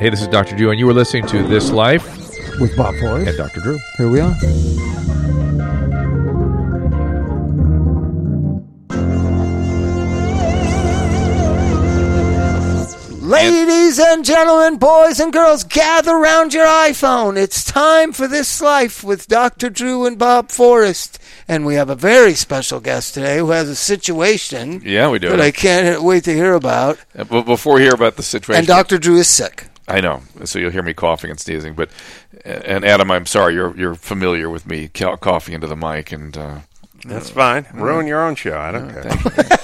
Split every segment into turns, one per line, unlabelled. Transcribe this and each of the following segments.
Hey, this is Dr. Drew, and you were listening to This Life
with Bob
and
Forrest.
Dr. Drew.
Here we are. Ladies and gentlemen, boys and girls, gather round your iPhone. It's time for This Life with Dr. Drew and Bob Forrest. And we have a very special guest today who has a situation
Yeah, we do.
that I can't wait to hear about.
Uh, but before we hear about the situation,
And Dr. Drew is sick.
I know, so you'll hear me coughing and sneezing. But and Adam, I'm sorry, you're you're familiar with me cou- coughing into the mic, and uh,
That's fine. Ruin your own show. I don't care.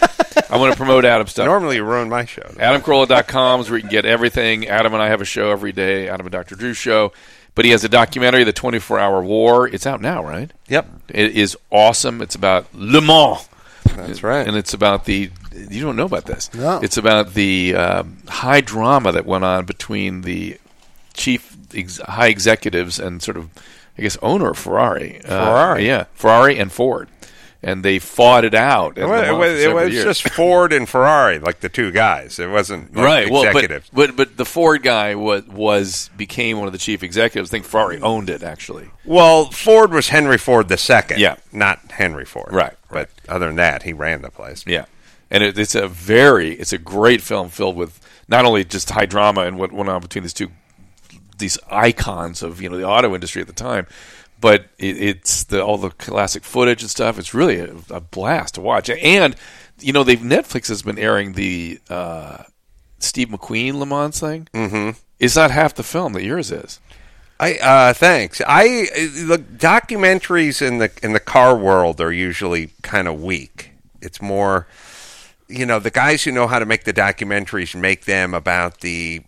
I want to promote Adam's stuff.
Normally, you ruin my show.
AdamCarolla.com is where you can get everything. Adam and I have a show every day, Adam and Dr. Drew show. But he has a documentary, The 24 Hour War. It's out now, right?
Yep.
It is awesome. It's about Le Mans.
That's right.
And it's about the. You don't know about this.
No.
It's about the um, high drama that went on between the chief ex- high executives and sort of, I guess, owner of Ferrari. Uh,
Ferrari.
yeah, Ferrari and Ford, and they fought it out. at Le Mans
Well, it
for
was, it
several
was
years.
just Ford and Ferrari, like the two guys. It wasn't like,
right. Well, but,
executives.
but but the Ford guy was was became one of the chief executives. I think Ferrari owned it actually.
well, Ford was Henry Ford the second.
Yeah.
not Henry Ford.
Right, right.
But other than that, he ran the place.
Yeah, and it, it's a very it's a great film filled with not only just high drama and what went on between these two these icons of you know the auto industry at the time, but it, it's the all the classic footage and stuff. It's really a, a blast to watch, and you know they've Netflix has been airing the uh, Steve McQueen Le Mans thing. Mm-hmm. It's not half the film that yours is.
I uh, thanks. I uh, look documentaries in the in the car world are usually kind of weak. It's more, you know, the guys who know how to make the documentaries make them about the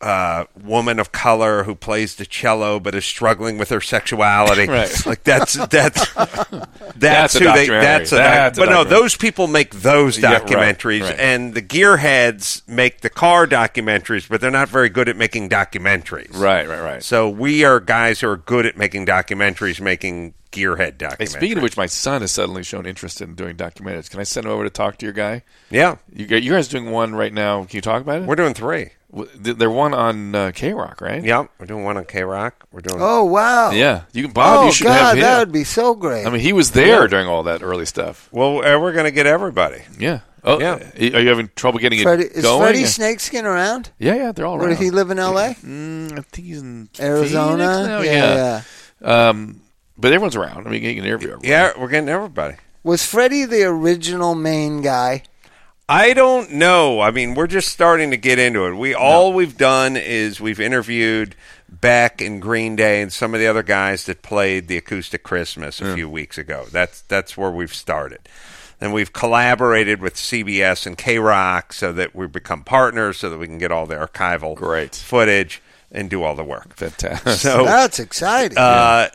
uh, woman of color who plays the cello but is struggling with her sexuality.
Right.
Like that's that's that's,
That's a
who they.
documentary.
That's a, doc-
That's a
but no,
documentary.
those people make those
Yeah, right,
documentaries,
right.
and the gearheads make the car documentaries, but they're not very good at making documentaries.
Right, right, right.
So we are guys who are good at making documentaries, making gearhead
Hey,
documentaries.
speaking of which, my son has suddenly shown interest in doing documentaries. Can I send him over to talk to your guy?
yeah,
You, gu- you guys doing one right now? Can you talk about it?
we're doing three.
W- th- They're one on uh, K Rock, right?
Yeah, we're doing one on K Rock. We're doing.
Oh, wow.
Yeah. You can Bob.
oh,
you should
God,
have him.
that would be so great.
I mean, he was there during all that early stuff.
Well, uh, we're going to get everybody.
Yeah. Oh,
Yeah.
yeah. Are you having trouble getting
Freddie,
it
is
going?
Freddie
Yeah.
Snakeskin around?
yeah, yeah, they're all
Where
right.
did he live in L.A.?
Mm, I think he's in Phoenix
Arizona?
now?
yeah.
Um, but everyone's around. I mean, you can interview everyone.
Yeah, we're getting everybody.
Was Freddie the original main guy?
I don't know. I mean, we're just starting to get into it. We all we've done is we've interviewed Beck and Green Day and some of the other guys that played the acoustic Christmas a few weeks ago. That's that's where we've started. And we've collaborated with CBS and K Rock so that we've become partners so that we can get all the archival
Great.
footage and do all the work.
Fantastic.
So
That's exciting.
uh,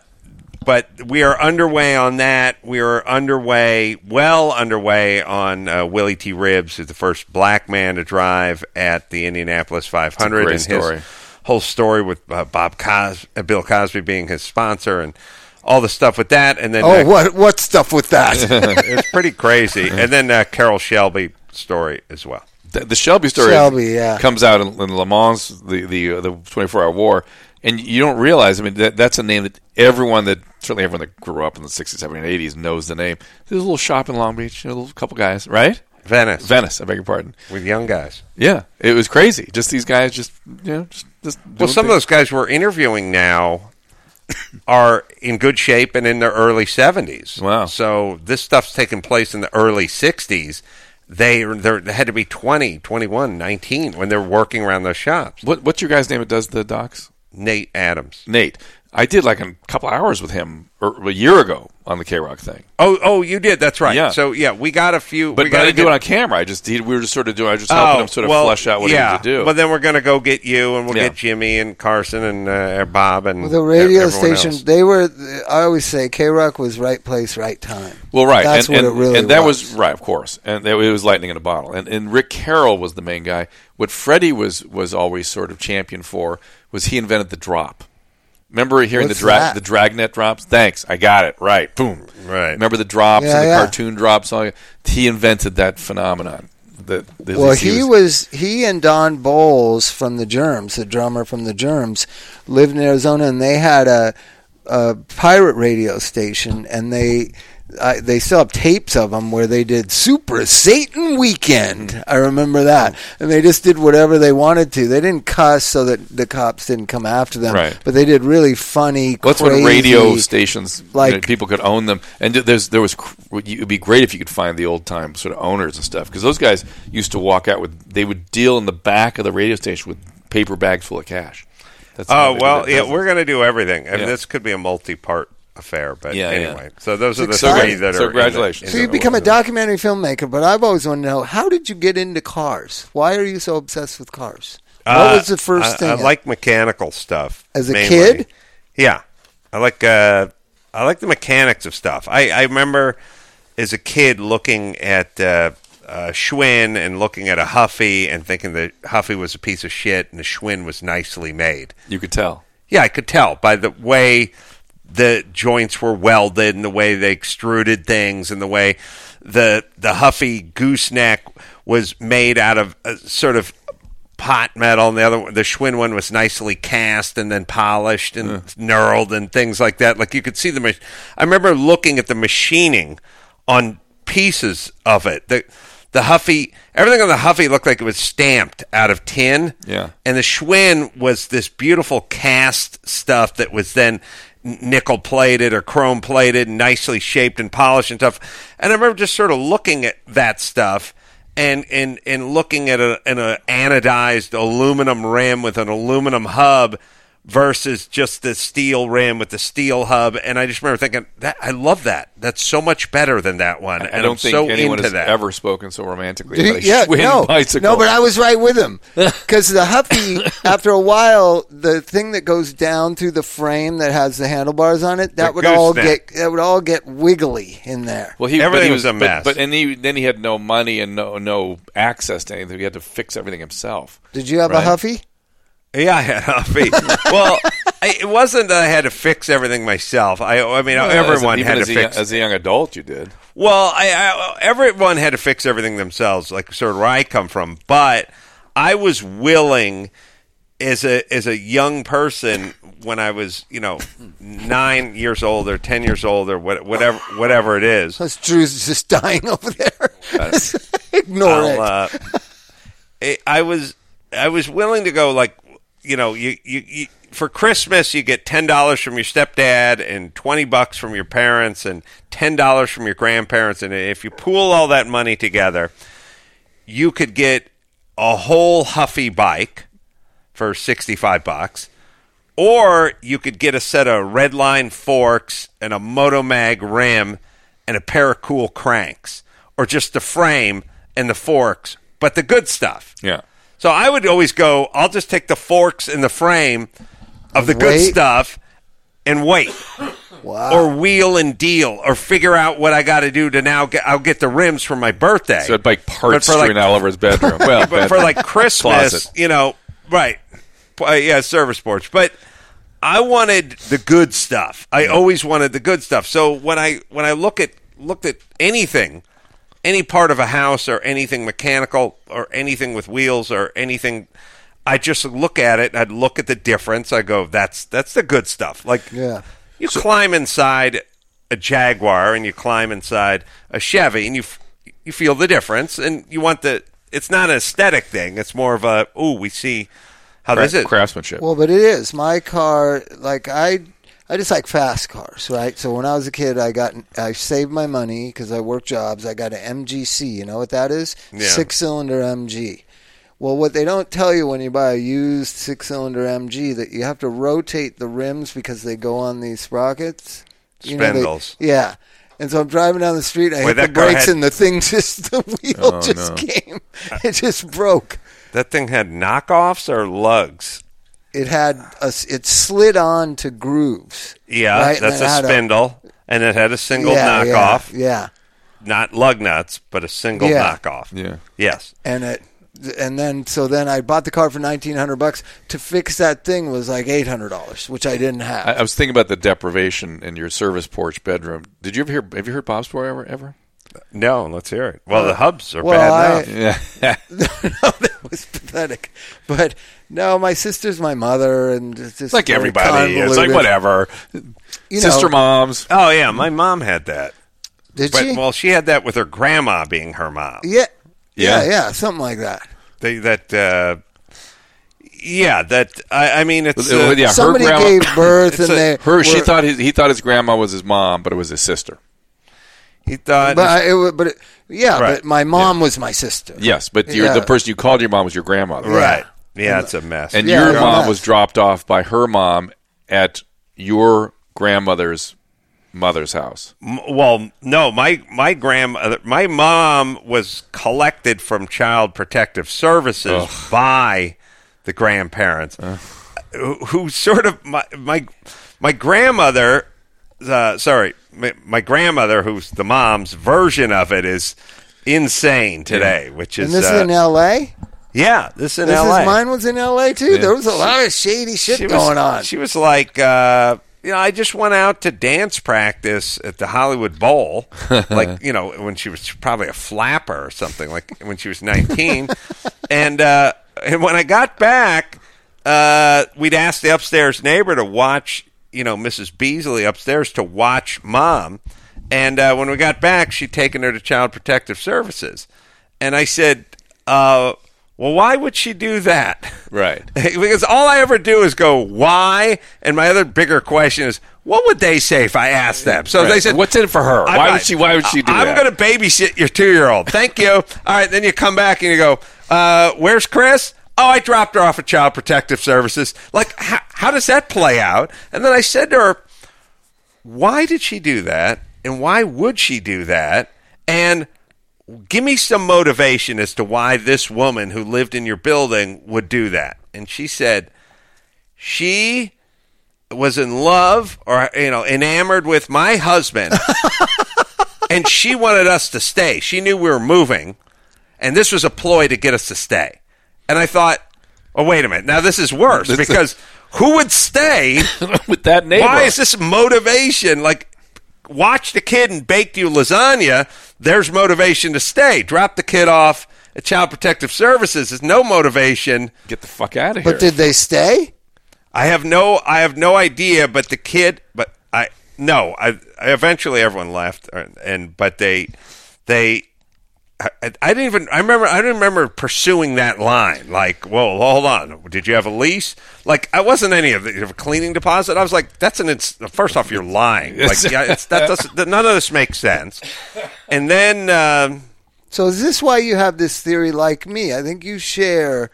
but we are underway on that. We are underway, well underway on uh, Willie T. Ribs, who's the first black man to drive at the Indianapolis 500.
It's a great
and his
story.
whole story with uh, Bob Cos- uh, Bill Cosby being his sponsor and all the stuff with that. And then
oh,
uh,
what what stuff with that?
it's pretty crazy. and then uh, Carol Shelby story as well.
the, the Shelby story
Shelby, yeah.
comes out in, in Le Mans, the the uh, the 24 hour war, and you don't realize. I mean, that, that's a name that everyone that certainly everyone that grew up in the 60s, 70s, and 80s knows the name. There's a little shop in Long Beach, a little couple guys, right?
Venice
Venice, I beg your pardon.
with young guys.
Yeah, it was crazy. Just these guys, just you know, just, just
Well, some of those guys we're interviewing now are in good shape and in their early 70s.
Wow.
So this stuff's taking place in the early 60s. They they're- they had to be 20, 21, 19 when they're working around those shops.
What, what's your guy's name that does the docs?
Nate Adams.
Nate. I did like a couple hours with him or, a year ago on the K Rock thing.
Oh, oh, you did. That's right.
Yeah.
So yeah, we got a few.
But,
we
but
got
I didn't do it on camera. I just did, we were just sort of doing. I was just helping him sort of
well,
flesh out what
yeah.
he needed to do.
But then we're gonna go get you, and we'll
Yeah.
get Jimmy and Carson and uh, Bob and
The radio
everyone
station,
else.
they were, I always say, K Rock was right place, right time.
well, right,
That's
and,
what
and-
it really
and that was. right, of course, and that, it was lightning in a bottle. And, and Rick Carroll was the main guy. What Freddie was was always sort of champion for was he invented the drop. Remember hearing
What's
the drag
that?
the dragnet drops? Thanks, I got it right. Boom.
Right.
Remember the drops
Yeah,
and the
yeah.
cartoon drops. and All he invented that phenomenon. That that
Well, he was he and Don Bowles from the Germs, the drummer from the Germs, lived in Arizona, and they had a, a pirate radio station, and they I they still have tapes of them where they did Super Satan Weekend. I remember that,
Oh.
and they just did whatever they wanted to. They didn't cuss so that the cops didn't come after them,
Right.
but they did really funny.
Well, that's
crazy-
when radio stations, like
like-
people could own them, and there's there was cr- it would be great if you could find the old time sort of owners and stuff because those guys used to walk out with they would deal in the back of the radio station with paper bags full of cash. That's how
Oh
they did
well,
their
yeah,
business.
we're gonna do everything. I mean,
Yeah.
this could be a multi-part affair, but
Yeah, yeah.
anyway. So those are the
exciting.
three that are.
So
in the-
congratulations.
in
So
the
you become a
order.
documentary filmmaker, but I've always wanted to know how did you get into cars? Why are you so obsessed with cars? What
Uh,
was the first
I,
thing?
I like mechanical stuff
As a
mainly.
kid?
Yeah, I like uh, I like the mechanics of stuff. I, I remember as a kid looking at uh, uh, Schwinn and looking at a Huffy and thinking that Huffy was a piece of shit and the Schwinn was nicely made.
you could tell.
Yeah, I could tell by the way the joints were welded and the way they extruded things and the way the the Huffy gooseneck was made out of a sort of pot metal and the other one- the Schwinn one was nicely cast and then polished and knurled and things like that. Like you could see the mach- I remember looking at the machining on pieces of it. The the Huffy everything on the Huffy looked like it was stamped out of tin.
Yeah.
And the Schwinn was this beautiful cast stuff that was then nickel plated or chrome plated, nicely shaped and polished and stuff. And I remember just sort of looking at that stuff and and, and looking at a, an a anodized aluminum rim with an aluminum hub versus just the steel rim with the steel hub and I just remember thinking that I love that. That's so much better than that one.
I
and
don't
I'm
think
so
anyone
into
has
that.
ever spoken so romantically
Do you-
about a
yeah,
Schwinn
no,
bicycle.
no, but I was right with him because the Huffy. after a while, the thing that goes down through the frame that has the handlebars on it, that
The
would all
gooseneck.
get that would all get wiggly in there.
Well, he, but
Everything
he
was a
but-
mess.
But, and he, then he had no money and no no access to anything. He had to fix everything himself.
Did you have
right.
a Huffy?
Yeah, I had Huffy. well, I, it wasn't that I had to fix everything myself. I, I mean,
Well, as a-
everyone
even
had to
as a, young-
fix.
as a young adult. You did.
well, I, I, everyone had to fix everything themselves, like sort of where I come from. But I was willing, as a as a young person, when I was, you know, nine years old or ten years old or what, whatever, whatever it is,
Because Drew's just dying over there. Ignore it.
I'll, uh, I- I was I was willing to go like you know you you. you for Christmas, you get ten dollars from your stepdad and twenty bucks from your parents and ten dollars from your grandparents, and if you pool all that money together, you could get a whole Huffy bike for 65 bucks or you could get a set of Redline forks and a Motomag rim and a pair of cool cranks or just the frame and the forks but the good stuff
Yeah.
so I would always go I'll just take the forks and the frame of the good
Wait.
stuff and wait
wow.
or wheel and deal or figure out what I got to do to now get I'll get the rims for my birthday
So it like parts
But for, like,
strewn all over his bedroom. Well,
but for
bedroom.
like Christmas,
Closet.
you know, right? Uh, yeah, service porch. But I wanted the good stuff. I always wanted the good stuff. So when I when I look at looked at anything, any part of a house or anything mechanical or anything with wheels or anything. I just look at it. and I'd look at the difference. I go, "That's that's the good stuff." Like,
Yeah.
you climb inside a Jaguar and you climb inside a Chevy and you f- you feel the difference and you want the it's not an aesthetic thing it's more of a oh we see how this is
craftsmanship.
Well, but it is my car. Like I, I just like fast cars, right? So when I was a kid, I got I saved my money because I worked jobs. I got an MGC. You know what that is?
Yeah.
Six cylinder MG. Well, what they don't tell you when you buy a used six cylinder MG that you have to rotate the rims because they go on these sprockets. You know, they-
Spindles.
yeah. And so I'm driving down the street. I
Wait,
hit the
that car
brakes,
had-
and the thing just the wheel
Oh,
just
no.
came. It just broke.
That thing had knockoffs or lugs.
It had a s it slid on to grooves.
Yeah,
right? And
that's
it
a
had
spindle, and it had a single
yeah,
knockoff,
Yeah, yeah.
not lug nuts, but a single
Yeah.
knockoff.
Yeah.
Yes.
and it and then so then I bought the car for nineteen hundred bucks. To fix that thing was like eight hundred dollars, which I didn't have.
I, I was thinking about the deprivation in your service porch bedroom. Did you ever hear? Have you heard Bob's story ever? Ever?
No, let's hear it. Well, the hubs are
Uh, well,
bad
I-
enough.
Yeah. it's
no, that was pathetic. But no, my sister's my mother, and it's just
like
very
everybody. It's like
convoluted.
whatever.
You
Sister
know,
moms.
Oh yeah, my mom had that.
Did
But
she?
well, she had that with her grandma being her mom.
yeah, yeah,
Yeah.
yeah, something like that.
They, that uh, yeah, that I, I mean it's
Uh,
uh,
yeah,
Somebody
her grandma.
gave birth, and
It's a-
they
her. She
were-
thought his, he thought his grandma was his mom, but it was his sister.
he thought
but I, it, wa- but it, yeah,
Right.
but my mom was my sister.
Yes, but your,
Yeah.
the person you called your mom was your grandmother,
right. Yeah, it's a mess.
And
Yeah,
your
yeah.
mom was dropped off by her mom at your grandmother's mother's house.
M- well, no, my my grandmother, my mom was collected from Child Protective Services by the grandparents, who, who sort of my my my grandmother. Uh, sorry, my, my grandmother, who's the mom's version of it, is insane today. Which is
and this
uh,
is in L.A.
yeah, this in
This
L.A.
is mine was in L.A. too. There was a lot of shady shit going
was,
on.
She was like, uh, you know, I just went out to dance practice at the Hollywood Bowl, like you know, when she was probably a flapper or something, like when she was nineteen, and uh, and when I got back, uh, we'd asked the upstairs neighbor to watch, you know, Mrs. Beasley upstairs to watch mom, and uh, when we got back, she'd taken her to Child Protective Services, and I said, uh, well, why would she do that?
Right.
because all I ever do is go why, and my other bigger question is what would they say if I asked them? So they
Right.
said,
What's in it for her?
I'm
Why
not-
would she- why would she do
I'm
that?
going to babysit your two year old. Thank you. all right, then you come back and you go, uh, where's Chris? Oh, I dropped her off at Child Protective Services. Like, how, how does that play out? And then I said to her, why did she do that and why would she do that and give me some motivation as to why this woman who lived in your building would do that and she said she was in love or you know enamored with my husband and she wanted us to stay she knew we were moving and this was a ploy to get us to stay and i thought oh wait a minute now this is worse because who would stay
With that neighbor.
why is this motivation? Like, watch the kid and bake you lasagna. There's motivation to stay. Drop the kid off at Child Protective Services. There's no motivation.
Get the fuck out of here.
but did they stay?
I have no. I have no idea. But the kid. But I no. I, I eventually everyone left, and, and but they they. I, I didn't even. I remember. I didn't remember pursuing that line. Like, whoa, hold on. Did you have a lease? Like, I wasn't any of the you have a cleaning deposit. I was like, that's an. Ins- first off, you're lying. Like, yeah, it's, that doesn't. None of this makes sense. And then. Um,
So is this why you have this theory like me? I think you share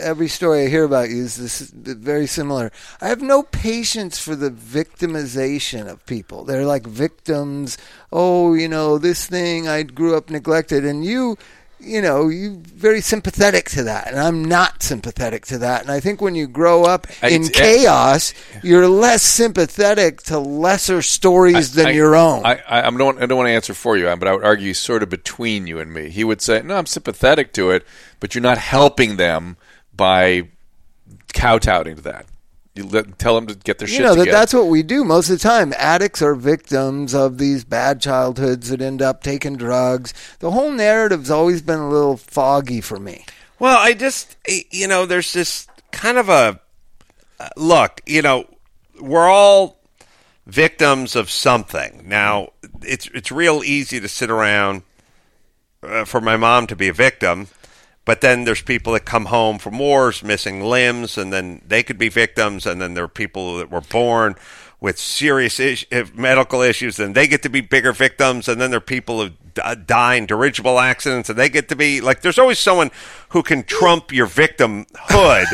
every story I hear about you is this very similar. I have no patience for the victimization of people. They're like victims. Oh, you know, this thing I grew up neglected and you you know, you very sympathetic to that and I'm not sympathetic to that. And I think when you grow up
I- uh,
in
I-
chaos, you're less sympathetic to lesser stories than
I-
your own.
I, I, I don't. I don't want to answer for you, but I would argue he's sort of between you and me. He would say, "No, I'm sympathetic to it, but you're not helping them by kowtowing to that. You let, tell them to get their
you
shit
know that
together."
that's what we do most of the time addicts are victims of these bad childhoods that end up taking drugs the whole narrative's always been a little foggy for me
Well, I just, y- you know, there's this kind of a uh, look, you know, we're all victims of something. Now, it's it's real easy to sit around uh, for my mom to be a victim, but then there's people that come home from wars missing limbs, and then they could be victims, and then there are people that were born uh, with serious is- if- medical issues, and they get to be bigger victims, and then there are people who d- uh, die in dirigible accidents, and they get to be like. There's always someone who can trump your victimhood,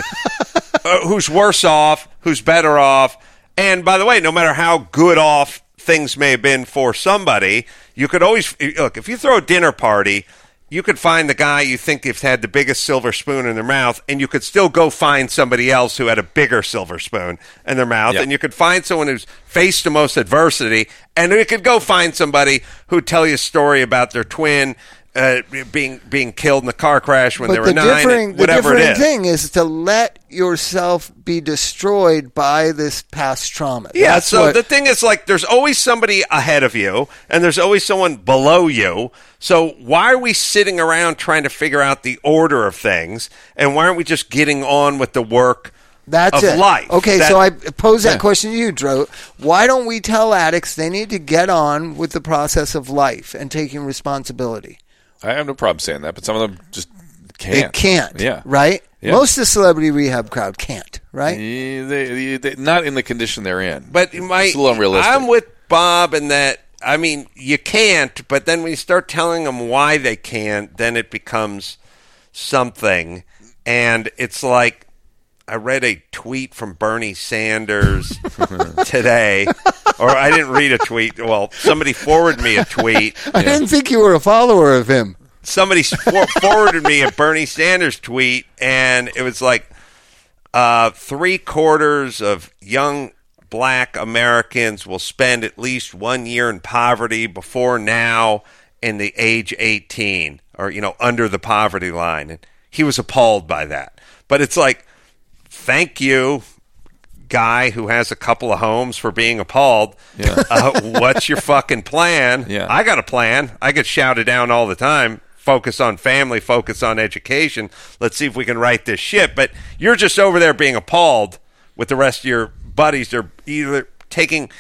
uh, who's worse off, who's better off. And by the way, no matter how good off things may have been for somebody, you could always look if you throw a dinner party. You could find the guy you think has had the biggest silver spoon in their mouth, and you could still go find somebody else who had a bigger silver spoon in their mouth,
Yeah.
and you could find someone who's faced the most adversity, and you could go find somebody who'd tell you a story about their twin uh, being being killed in the car crash when they
But
were
the
nine,
differing, the
whatever
differing
it is.
thing is to let yourself be destroyed by this past trauma.
Yeah,
That's
so
what-
the thing is like there's always somebody ahead of you and there's always someone below you. So why are we sitting around trying to figure out the order of things and why aren't we just getting on with the work
That's
of
it.
life?
Okay,
That-
so I pose that question to you, Dro. Why don't we tell addicts they need to get on with the process of life and taking responsibility?
I have no problem saying that, but some of them just
They
can't.
can't.
Yeah.
Right?
Yeah.
Most of the celebrity rehab crowd can't, right?
Eh, They, they, they, not in the condition they're in.
But my,
it's a little unrealistic.
I'm with Bob in that. I mean, you can't. But then when you start telling them why they can't, then it becomes something, and it's like I read a tweet from Bernie Sanders today, or I didn't read a tweet. Well, somebody forwarded me a tweet
I didn't think you were a follower of him.
somebody for- forwarded me a Bernie Sanders tweet, and it was like uh, three quarters of young black Americans will spend at least one year in poverty before now in the age 18 or, you know, under the poverty line. And he was appalled by that. But it's like, thank you, guy who has a couple of homes for being appalled. Uh, what's your fucking plan?
Yeah.
I got a plan. I get shouted down all the time. Focus on family, focus on education. Let's see if we can right this shit. But you're just over there being appalled with the rest of your buddies. They're either taking.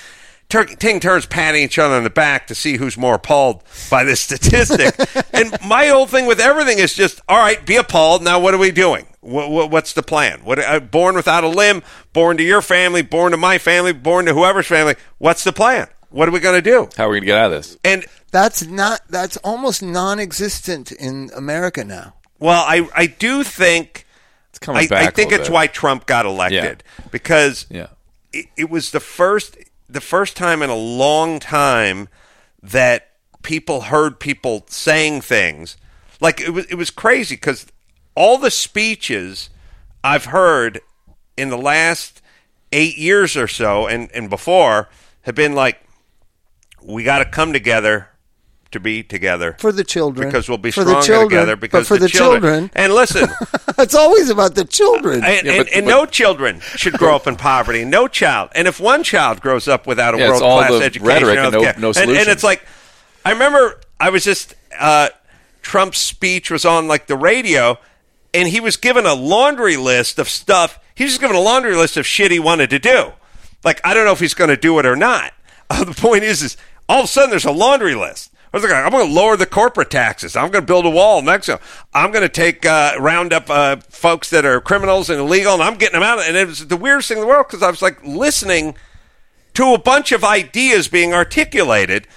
Tur- taking turns patting each other on the back to see who's more appalled by this statistic. and my whole thing with everything is just, all right, be appalled. Now, what are we doing? What, what, what's the plan? What uh, born without a limb, born to your family, born to my family, born to whoever's family. What's the plan? What are we going to do?
How are we going to get out of this?
And
That's not that's almost non existent in America now.
well, I I do think
It's coming
I,
back.
I think
a
it's
little
why Trump got elected because
bit. Yeah.
it, it was the first the first time in a long time that people heard people saying things like it was it was crazy because all the speeches I've heard in the last eight years or so and and before have been like we got to come together to be together
For the children.
because we'll be
for
stronger
the children,
together
but
because
for the, children,
and listen
it's always about the children.
and,
Yeah,
and,
but-
and
but-
no children should grow up in poverty. No child. And if one child grows up without a
Yeah, it's
world
all
class
the
education,
rhetoric and no-
healthcare-
no
and, and
solution.
it's like, I remember I was just uh, Trump's speech was on like the radio, and he was given a laundry list of stuff. He was just given a laundry list of shit he wanted to do. Like I don't know if he's going to do it or not. Uh, the point is, is all of a sudden there's a laundry list. I was like, I'm going to lower the corporate taxes. I'm going to build a wall in Mexico. I'm going to take uh, round up uh, folks that are criminals and illegal, and I'm getting them out. And it was the weirdest thing in the world because I was like listening to a bunch of ideas being articulated.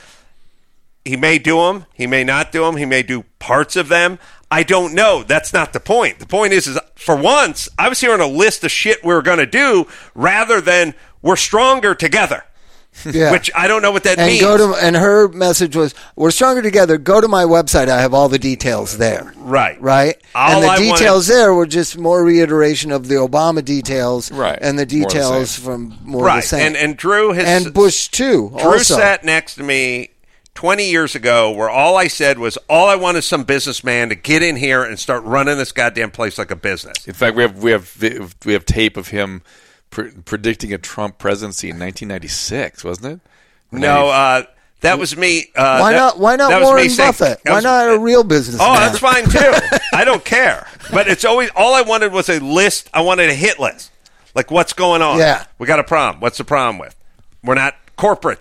He may do them, he may not do them, he may do parts of them. I don't know. That's not the point. The point is, is for once, I was hearing a list of shit we were going to do rather than we're stronger together,
yeah.
which I don't know what that
and
means.
go to and her message was we're stronger together go to my website i have all the details there
Right.
right
All
and the
I wanted-
details there were just more reiteration of the obama details
Right.
and
More
the
of the
details
same.
from more of
right.
the same
And and Drew has
And bush too
Drew
also
sat next to me 20 years ago where all I said was all I want is some businessman to get in here and start running this goddamn place like a business.
In fact, we have we have vi- we have tape of him pre- predicting a Trump presidency in 1996, wasn't it? Or
No,
90
uh, that was me. Uh,
why
that-
not why
that
not
was me
warren
saying-
buffett
that
why
was-
not a real business
Oh, that's fine too. I don't care. But it's always all I wanted was a list. I wanted a hit list. Like what's going on?
Yeah.
we got a problem. What's the problem with? We're not corporate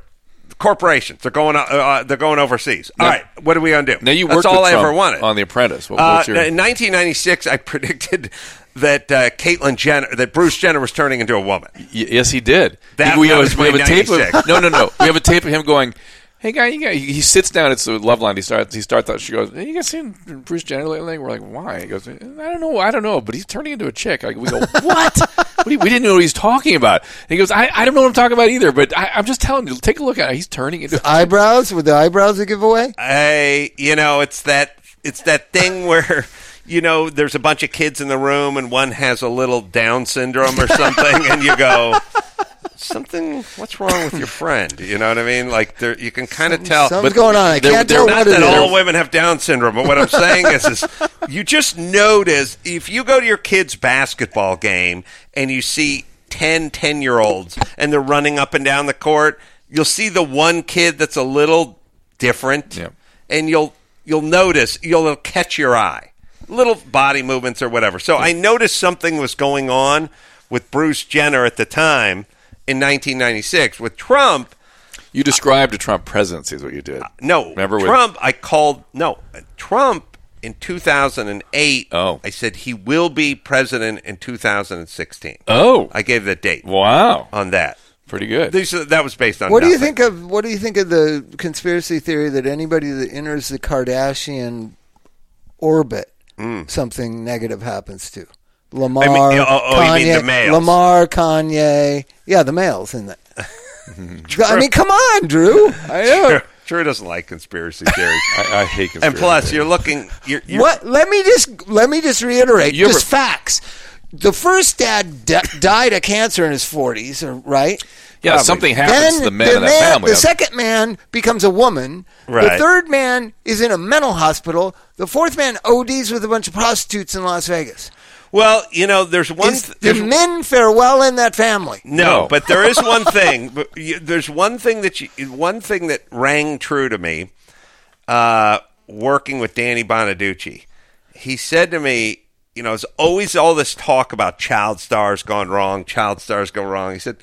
corporations. They're going. Uh, uh, they're going overseas. All right, what are we gonna do?
Now, you
that's
worked
all
with
I
Trump
ever wanted
on The Apprentice. What-
Uh,
what's your-
in 1996, I predicted that uh, Caitlyn Jenner, that Bruce Jenner was turning into a woman.
Y- yes, he did.
That-
we
that
have,
was
a, we have
my
a tape
96.
of no, no, no. We have a tape of him going, hey guy, you got, he sits down. It's a love line. He starts. He starts. out- She goes, hey, you guys seen Bruce Jenner lately? We're like, why? He goes, I don't know. I don't know. But he's turning into a chick. Like we go, what? what do you- we didn't know what he's talking about. And he goes, I, I don't know what I'm talking about either. But I, I'm just telling you. Take a look at it. He's turning into.
Eyebrows? Were the eyebrows a giveaway?
I, you know, it's that it's that thing where you know there's a bunch of kids in the room and one has a little Down syndrome or something, and you go. Something. What's wrong with your friend? You know what I mean. Like there, you can kind of tell.
Something's going on. I
they're-
can't
they're
tell
not
what it
Not
is.
that all women have Down syndrome, but what I'm saying is, is you just notice if you go to your kid's basketball game and you see 10 10 year olds and they're running up and down the court, you'll see the one kid that's a little different,
Yeah.
and you'll you'll notice you'll it'll catch your eye, little body movements or whatever. So I noticed something was going on with Bruce Jenner at the time in 1996 with Trump.
You described a Trump presidency is what you did.
No,
Remember with-
Trump. I called no Trump in 2008.
Oh.
I said he will be president in 2016.
Oh,
I gave the date
wow,
on that.
Uh, pretty good.
These are- that was based on
What do you
nothing.
think of what do you think of the conspiracy theory that anybody that enters the Kardashian orbit something negative happens to? Lamar,
Hmm. oh, oh,
Kanye,
you mean the males.
Lamar, Kanye, yeah, the males in that. I mean, come on, Drew. I know.
Drew doesn't like conspiracy theories.
I, I hate.
and
conspiracy
plus,
theories.
you're looking. You're, you're,
What? Let me just let me just reiterate
You ever-
just facts. The first dad di died of cancer in his forties, uh, right?
yeah, something happens to the men
the
in that
man-
family.
The second man becomes a woman. The
Right.
third man is in a mental hospital. The fourth man ODs with a bunch of prostitutes in Las Vegas.
Well, you know, there's one.
Is
th-
the
there's
men farewell in that family?
No,
No.
but there is one thing. But you, there's one thing that you, one thing that rang true to me. Uh, working with Danny Bonaducci, he said to me, "You know, there's always all this talk about child stars gone wrong, child stars go wrong." He said,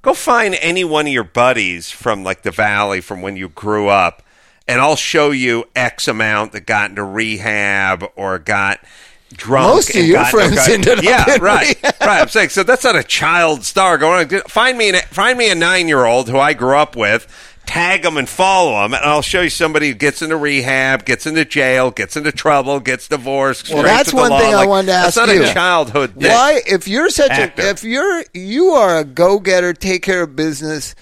"Go find any one of your buddies from like the Valley, from when you grew up, and I'll show you X amount that got into rehab or got." Drunk
Most of
and
your
got-
friends
got-
ended up
yeah,
in
right,
rehab.
right. I'm saying so. That's not a child star going. On. Find me an find me a nine year old who I grew up with. Tag them and follow them, and I'll show you somebody who gets into rehab, gets into jail, gets into trouble, gets divorced.
Well,
straight
that's
to the
one
law.
thing I
Like,
wanted to ask
That's not
you.
a childhood. thing.
Why, if you're such
Actor.
a, if you're you are a go getter, take care of business,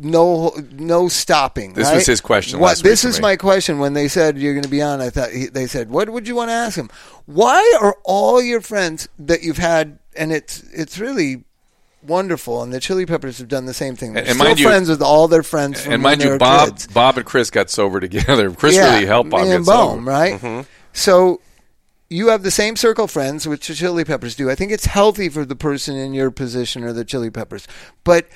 no no stopping.
This
right?
was his question
What
last
this
week to
is
me.
my question. When they said you're going to be on, I thought he, they said, "What would you want to ask him? Why are all your friends that you've had, and it's it's really." Wonderful, and the Chili Peppers have done the same thing. They're
And- and
still
mind you-
friends with all their friends. From
and
when
mind
they
you,
were
Bob,
kids.
Bob and Chris got sober together. Chris really helped Bob
me
get
and Bohm,
sober.
right?
Mm-hmm.
So you have the same circle of friends, which the Chili Peppers do. I think it's healthy for the person in your position or the Chili Peppers, but.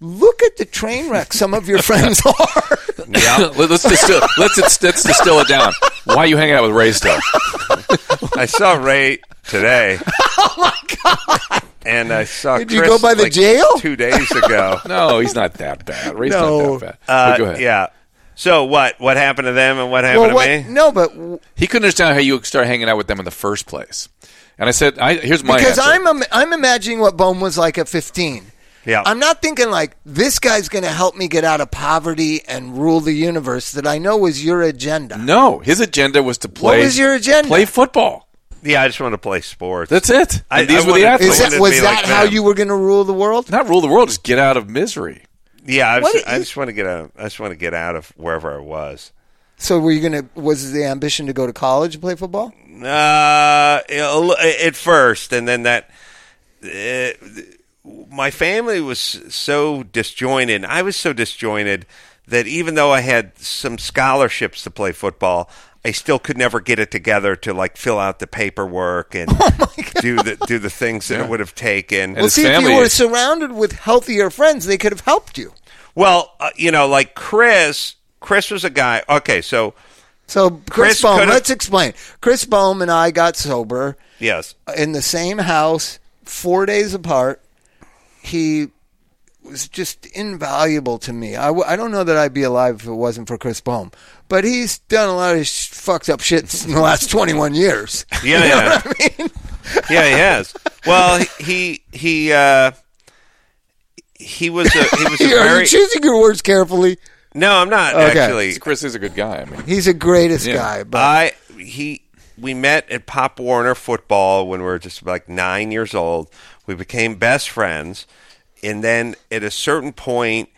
Look at the train wreck some of your friends are.
Let- let's distill. let's, dis- let's distill it down. Why are you hanging out with Ray still?
I saw Ray today. oh my god! And I saw.
Did you
Chris,
go by the
like,
jail?
two days ago?
No, he's not that bad. Ray's
No.
not that bad.
Uh,
But go ahead.
Yeah. So what? What happened to them, and what happened
what,
to me?
no, but w-
He couldn't understand how you start hanging out with them in the first place. And I said, I, "Here's my
because
answer.
I'm im- I'm imagining what Bohm was like at 15.
Yeah.
I'm not thinking like this guy's going to help me get out of poverty and rule the universe that I know was your agenda.
no, his agenda was to play.
was your agenda?
Play football.
Yeah, I just want to play sports.
That's it.
I-
And these
I
were the
wanted-
athletes.
Is
I wanted
that,
to
was
be
that
like
how
them.
you were going to rule the world?
not rule the world, just get out of misery.
Yeah, I,
What
just,
do you-
I just want to get out. Of, I just want to get out of wherever I was.
So were you gonna? Was the ambition to go to college and play football?
Uh, it'll- at first, and then that. Uh, my family was so disjointed. I was so disjointed that even though I had some scholarships to play football, I still could never get it together to like fill out the paperwork and
Oh
do the do the things that it would have taken.
Well, His
See, if you
family
were
is-
surrounded with healthier friends, they could have helped you.
well, uh, you know, like Chris. Chris was a guy. Okay, so
So Chris,
Chris
Bohm,
could've-
let's explain. Chris Bohm and I got sober
yes,
in the same house, four days apart. He was just invaluable to me. I, w- I don't know that I'd be alive if it wasn't for Chris Bohm, but he's done a lot of sh- fucked up shit in the last twenty one years.
yeah, yeah. yeah, he has. Well, he he he, uh, he was a he was a
You're
very
choosing your words carefully.
No, I'm not
Okay.
actually.
Chris is a good guy. I mean,
He's the greatest
Yeah.
guy, but
I he we met at Pop Warner football when we were just like nine years old. We became best friends, and then at a certain point,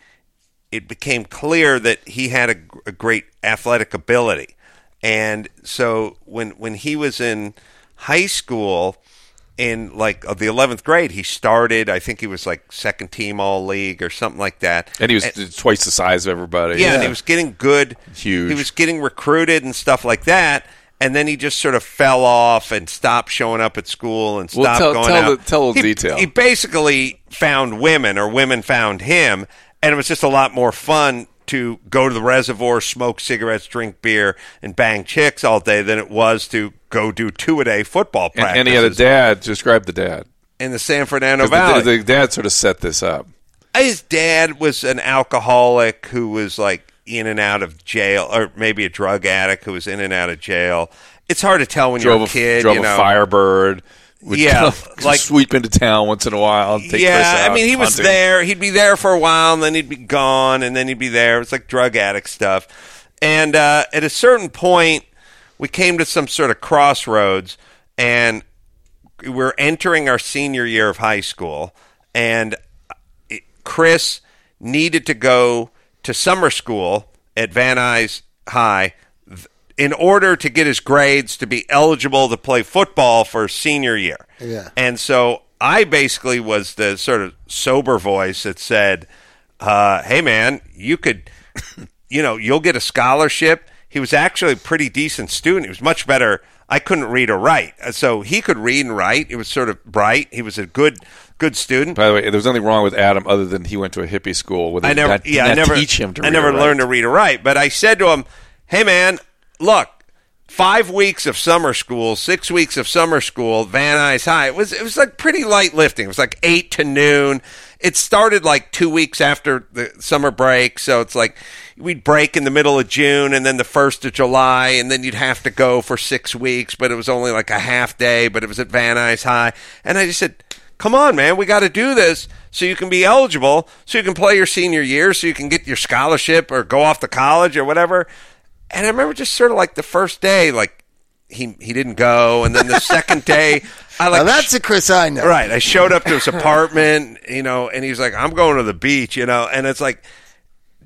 it became clear that he had a, gr- a great athletic ability, and so when when he was in high school. In like of the eleventh grade, he started. I think he was like second team all league or something like that.
and he was twice the size of everybody.
Yeah, and he was getting good.
Huge.
He was getting recruited and stuff like that. And then he just sort of fell off and stopped showing up at school and
Well,
stopped
tell-
going
tell
out.
the- tell the
he,
detail.
He basically found women, or women found him, and it was just a lot more fun to go to the reservoir, smoke cigarettes, drink beer, and bang chicks all day than it was to go do two a day football practice.
and, and he had a dad. Describe the dad.
in the San Fernando
'Cause the-
Valley.
the, the dad sort of set this up.
his dad was an alcoholic who was like in and out of jail, or maybe a drug addict who was in and out of jail. It's hard to tell when
Drove
you're
a
a kid.
drove
you
a
know.
Firebird. Would
Yeah,
come-
like-
sweep into town once in a while. and Take Chris
yeah,
out
I mean, he was
hunting.
there. He'd be there for a while, and then he'd be gone, and then he'd be there. It's like drug addict stuff. And uh, at a certain point, we came to some sort of crossroads, and we're entering our senior year of high school, and uh, it- Chris needed to go to summer school at Van Nuys High th- in order to get his grades to be eligible to play football for senior year.
Yeah.
And so I basically was the sort of sober voice that said, uh, "Hey, man, you could, you know, you'll get a scholarship." He was actually a pretty decent student. He was much better. I couldn't read or write, Uh, so he could read and write. He was sort of bright. He was a good, good student.
By the way, there was nothing wrong with Adam other than he went to a hippie school. Where they
I never,
not,
yeah,
not
I never
teach him to.
I
read
never
or write.
learned to read or write. But I said to him, "Hey, man, look." Five weeks of summer school, six weeks of summer school, Van Nuys High. It was it was like pretty light lifting. It was like eight to noon. It started like two weeks after the summer break, so it's like we'd break in the middle of June and then the first of July, and then you'd have to go for six weeks, but it was only like a half day. But it was at Van Nuys High, and I just said, come on, man, we got to do this so you can be eligible, so you can play your senior year, so you can get your scholarship or go off to college or whatever. And I remember just sort of like the first day, like he he didn't go, and then the second day, I like
now that's the Chris I know.
Right. I showed up to his apartment, you know, and he's like, I'm going to the beach, you know, and it's like,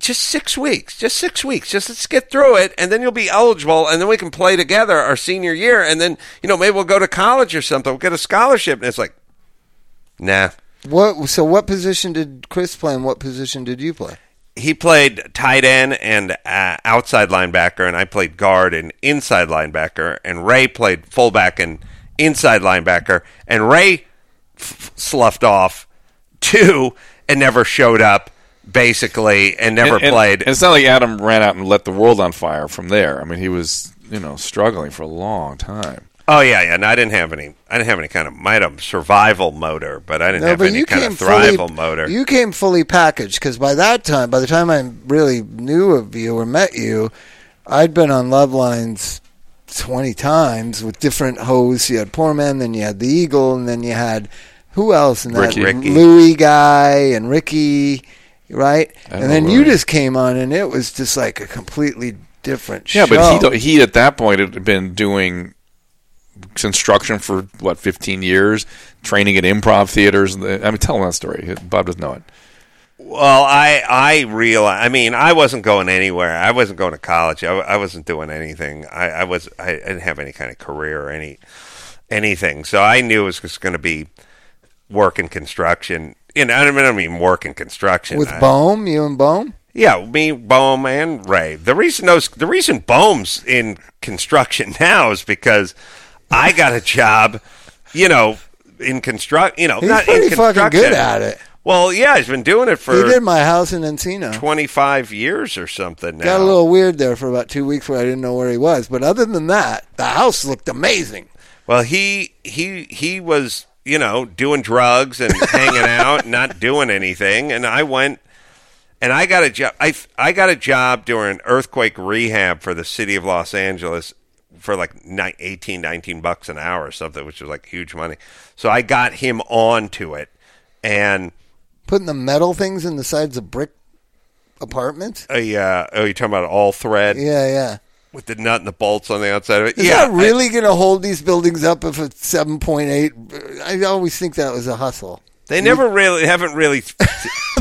just six weeks, just six weeks, just let's get through it, and then you'll be eligible, and then we can play together our senior year, and then, you know, maybe we'll go to college or something, we'll get a scholarship. And it's like, nah.
What? So what position did Chris play, and what position did you play?
He played tight end and uh, outside linebacker, and I played guard and inside linebacker, and Ray played fullback and inside linebacker, and Ray f- sloughed off two and never showed up, basically, and never
And- and-
played.
and it's not like Adam ran out and let the world on fire from there. I mean, he was you know struggling for a long time.
oh yeah, yeah, and I didn't have any. I didn't have any kind of might have survival motor, but I didn't have any kind of thrival
fully,
motor.
You came fully packaged because by that time, by the time I really knew of you or met you, I'd been on Love Lines twenty times with different hosts. You had Poor Man, then you had the Eagle, and then you had who else? And that
Ricky. Ricky.
Louie guy and Ricky, right?
don't
And then
know
you
Louis.
just came on, and it was just like a completely different
Yeah,
show.
but he don't- he at that point had been doing instruction for what fifteen years, training at improv theaters. and the- I mean, tell him that story. Bob doesn't know it.
Well, I I realize. I mean, I wasn't going anywhere. I wasn't going to college. I, I wasn't doing anything. I, I was. I didn't have any kind of career or any anything. So I knew it was just going to be work in construction. And I don't mean, I don't mean work in construction.
with
I-
Bohm, you and Bohm.
yeah, me, Bohm, and Ray. The reason those, the reason Bohm's in construction now is because I got a job, you know, in construct. You know,
He's
not in
pretty fucking good
construction.
at it.
Well, yeah, he's been doing it for
He did my house in Encino.
25 years or something now.
Got a little weird there for about two weeks where I didn't know where he was. But other than that, the house looked amazing.
Well, he he he was, you know, doing drugs and hanging out, not doing anything, and I went and I got a job I I got a job doing earthquake rehab for the city of Los Angeles for like ni- 18 19 bucks an hour or something, which was like huge money. So I got him on to it and
Putting the metal things in the sides of brick apartment?
A, uh, oh, you're talking about all thread
Yeah, yeah.
with the nut and the bolts on the outside of it.
Is
yeah,
that really going to hold these buildings up if it's seven point eight? I always think that was a hustle.
they never really haven't really.
Been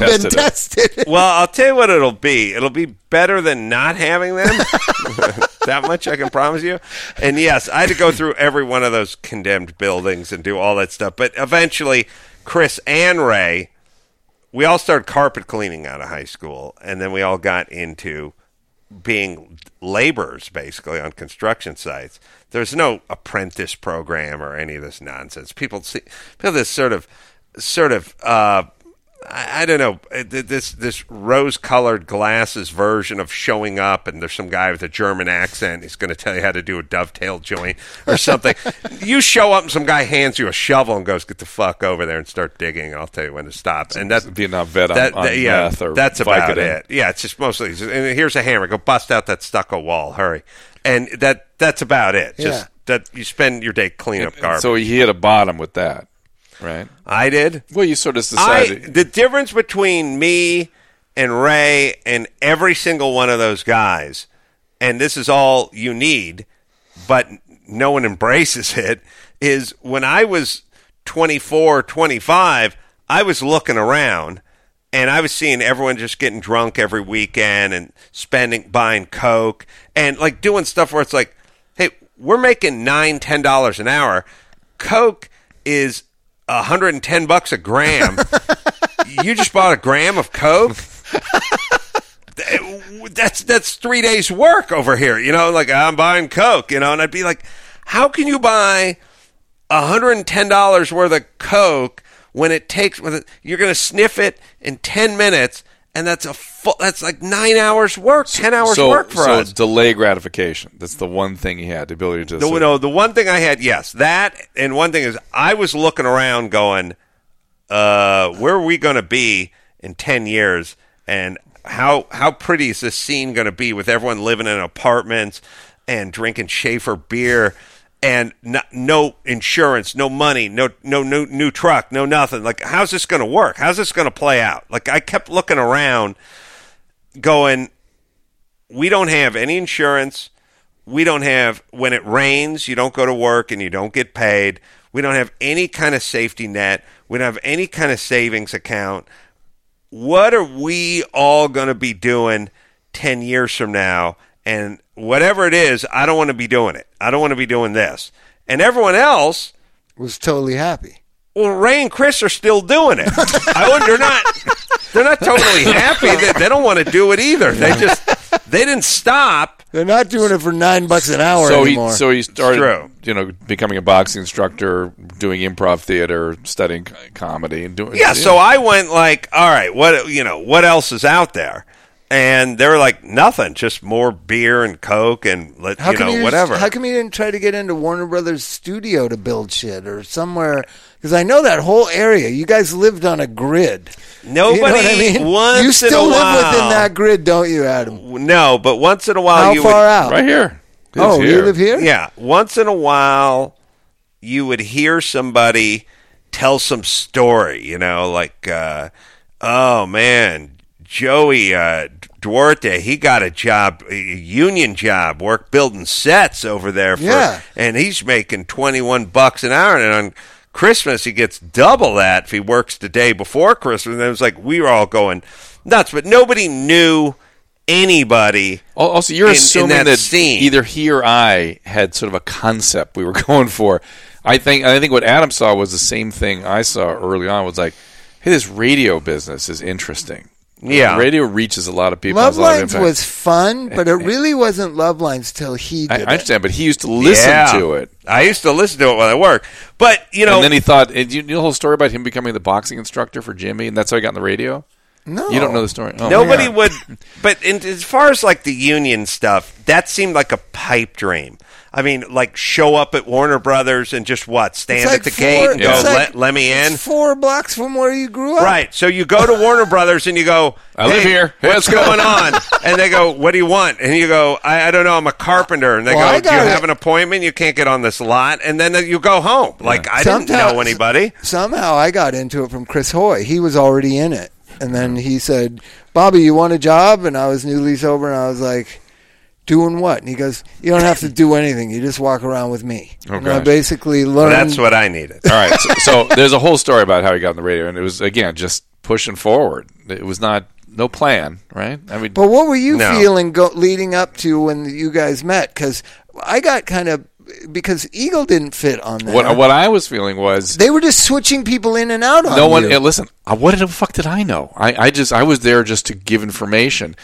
Tested it.
tested.
well, I'll tell you what it'll be. It'll be better than not having them. that much I can promise you. And yes, I had to go through every one of those condemned buildings and do all that stuff. But eventually, Chris and Ray, we all started carpet cleaning out of high school, and then we all got into being laborers basically on construction sites. There's no apprentice program or any of this nonsense. People see people this sort of sort of uh, I, I don't know uh, th- this this rose colored glasses version of showing up, and there's some guy with a German accent. He's going to tell you how to do a dovetail joint or something. you show up, and some guy hands you a shovel and goes, "Get the fuck over there and start digging." and I'll tell you when to stop. And that's
Vietnam vet on- on meth or
that's about
Vicodin.
it. Yeah, it's just mostly. it's just, And here's a hammer. Go bust out that stucco wall. Hurry, and that that's about it.
Yeah.
Just that you spend your day cleaning up garbage.
So he hit a bottom with that, right?
I did.
Well, you sort of
I
decided.
the difference between me and Ray and every single one of those guys, and this is all you need, but no one embraces it. Is when I was 24, 25, I was looking around and I was seeing everyone just getting drunk every weekend and spending, buying Coke and like doing stuff where it's like, hey, we're making nine, ten dollars an hour. Coke is 110 bucks a gram. you just bought a gram of Coke? that's that's three days work over here you know like i'm buying coke you know and i'd be like how can you buy $110 worth of coke when it takes when it- you're going to sniff it in 10 minutes and that's a full that's like nine hours work 10 hours
so,
work for
so
us
delay gratification. That's the one thing he had the ability to.
no,
say,
no, the one thing I had, yes, that, and one thing is I was looking around going, uh, where are we going to be in 10 years? And how, how pretty is this scene going to be with everyone living in apartments and drinking Schaefer beer and no, no insurance, no money, no, no new, new truck, no nothing? Like, how's this going to work? How's this going to play out? Like, I kept looking around going, we don't have any insurance. We don't have, when it rains, you don't go to work and you don't get paid. We don't have any kind of safety net. We don't have any kind of savings account. What are we all going to be doing 10 years from now? And whatever it is, I don't want to be doing it. I don't want to be doing this. And everyone else,
Was totally happy.
well, Ray and Chris are still doing it. I wouldn't, they're not. They're not totally happy. They, they don't want to do it either. They just they didn't stop.
They're not doing it for nine bucks an hour
so
anymore.
he so he
true.
started you know becoming a boxing instructor, doing improv theater, studying co- comedy, and doing
Yeah. So I went like, all right, what you know, what else is out there? And they were like, nothing, just more beer and coke and let
how
you
come
know
you didn't-
whatever.
How come you didn't try to get into Warner Brothers studio to build shit or somewhere? Because I know that whole area. You guys lived on a grid.
Nobody
you know what I mean?
once
you still
in a
live
while.
within that grid, don't you, Adam?
no, but once in a while,
How
Oh, you
far
would,
out?
right here. He lives
oh, you live here?
Yeah. Once in a while, you would hear somebody tell some story, you know, like, uh, oh man, Joey uh, Duarte, he got a job, a union job, work building sets over there. For,
Yeah.
And he's making 21 bucks an hour. And on Christmas, he gets double that if he works the day before Christmas. And it was like, we were all going nuts, but nobody knew anybody.
Al- Also, you're
in- in
assuming
that
that,
scene.
either he or I had sort of a concept we were going for. I think I think what Adam saw was the same thing I saw early on. Was like, hey, this radio business is interesting.
Yeah.
radio reaches a lot of people.
Love
has a lot of
Lines
impact.
was fun, but it really wasn't Love Lines till he
I, I
did it.
understand, but he used to listen
Yeah.
to it,
I used to listen to it when I work, but you know,
and then he thought. And you know the whole story about him becoming the boxing instructor for Jimmy, and that's how he got on the radio.
No,
You don't know the story. Oh,
nobody
yeah.
would. But in, as far as like the union stuff, that seemed like a pipe dream. I mean, like show up at Warner Brothers and just what stand
It's
at
like
the
four-
gate and
it's
go
like-
let, let me in.
It's four blocks from where you grew up.
Right. So you go to Warner Brothers and you go,
I live
"Hey,
here. Hey,
What's
let's go."
going on? And they go, What do you want? And you go, I, I don't know. I'm a carpenter. And they
Well, I
go, Do you
got it.
have an appointment? You can't get on this lot. And then you go home. Like, I didn't
Sometimes-
know anybody.
Somehow I got into it from Chris Hoy. He was already in it. And then he said, Bobby, you want a job? And I was newly sober and I was like, Doing what? And he goes, You don't have to do anything. You just walk around with me.
Oh,
and I
gosh.
basically learned.
That's what I needed.
All right. So, so there's a whole story about how he got on the radio, and it was again just pushing forward. It was not no plan, right? I mean,
But what were you
No.
feeling go- leading up to when you guys met? Because I got kind of because Eagle didn't fit on that.
what what I was feeling was
they were just switching people in and out on
no one.
you.
eh, listen, uh, what the fuck did I know? I, I just I was there just to give information,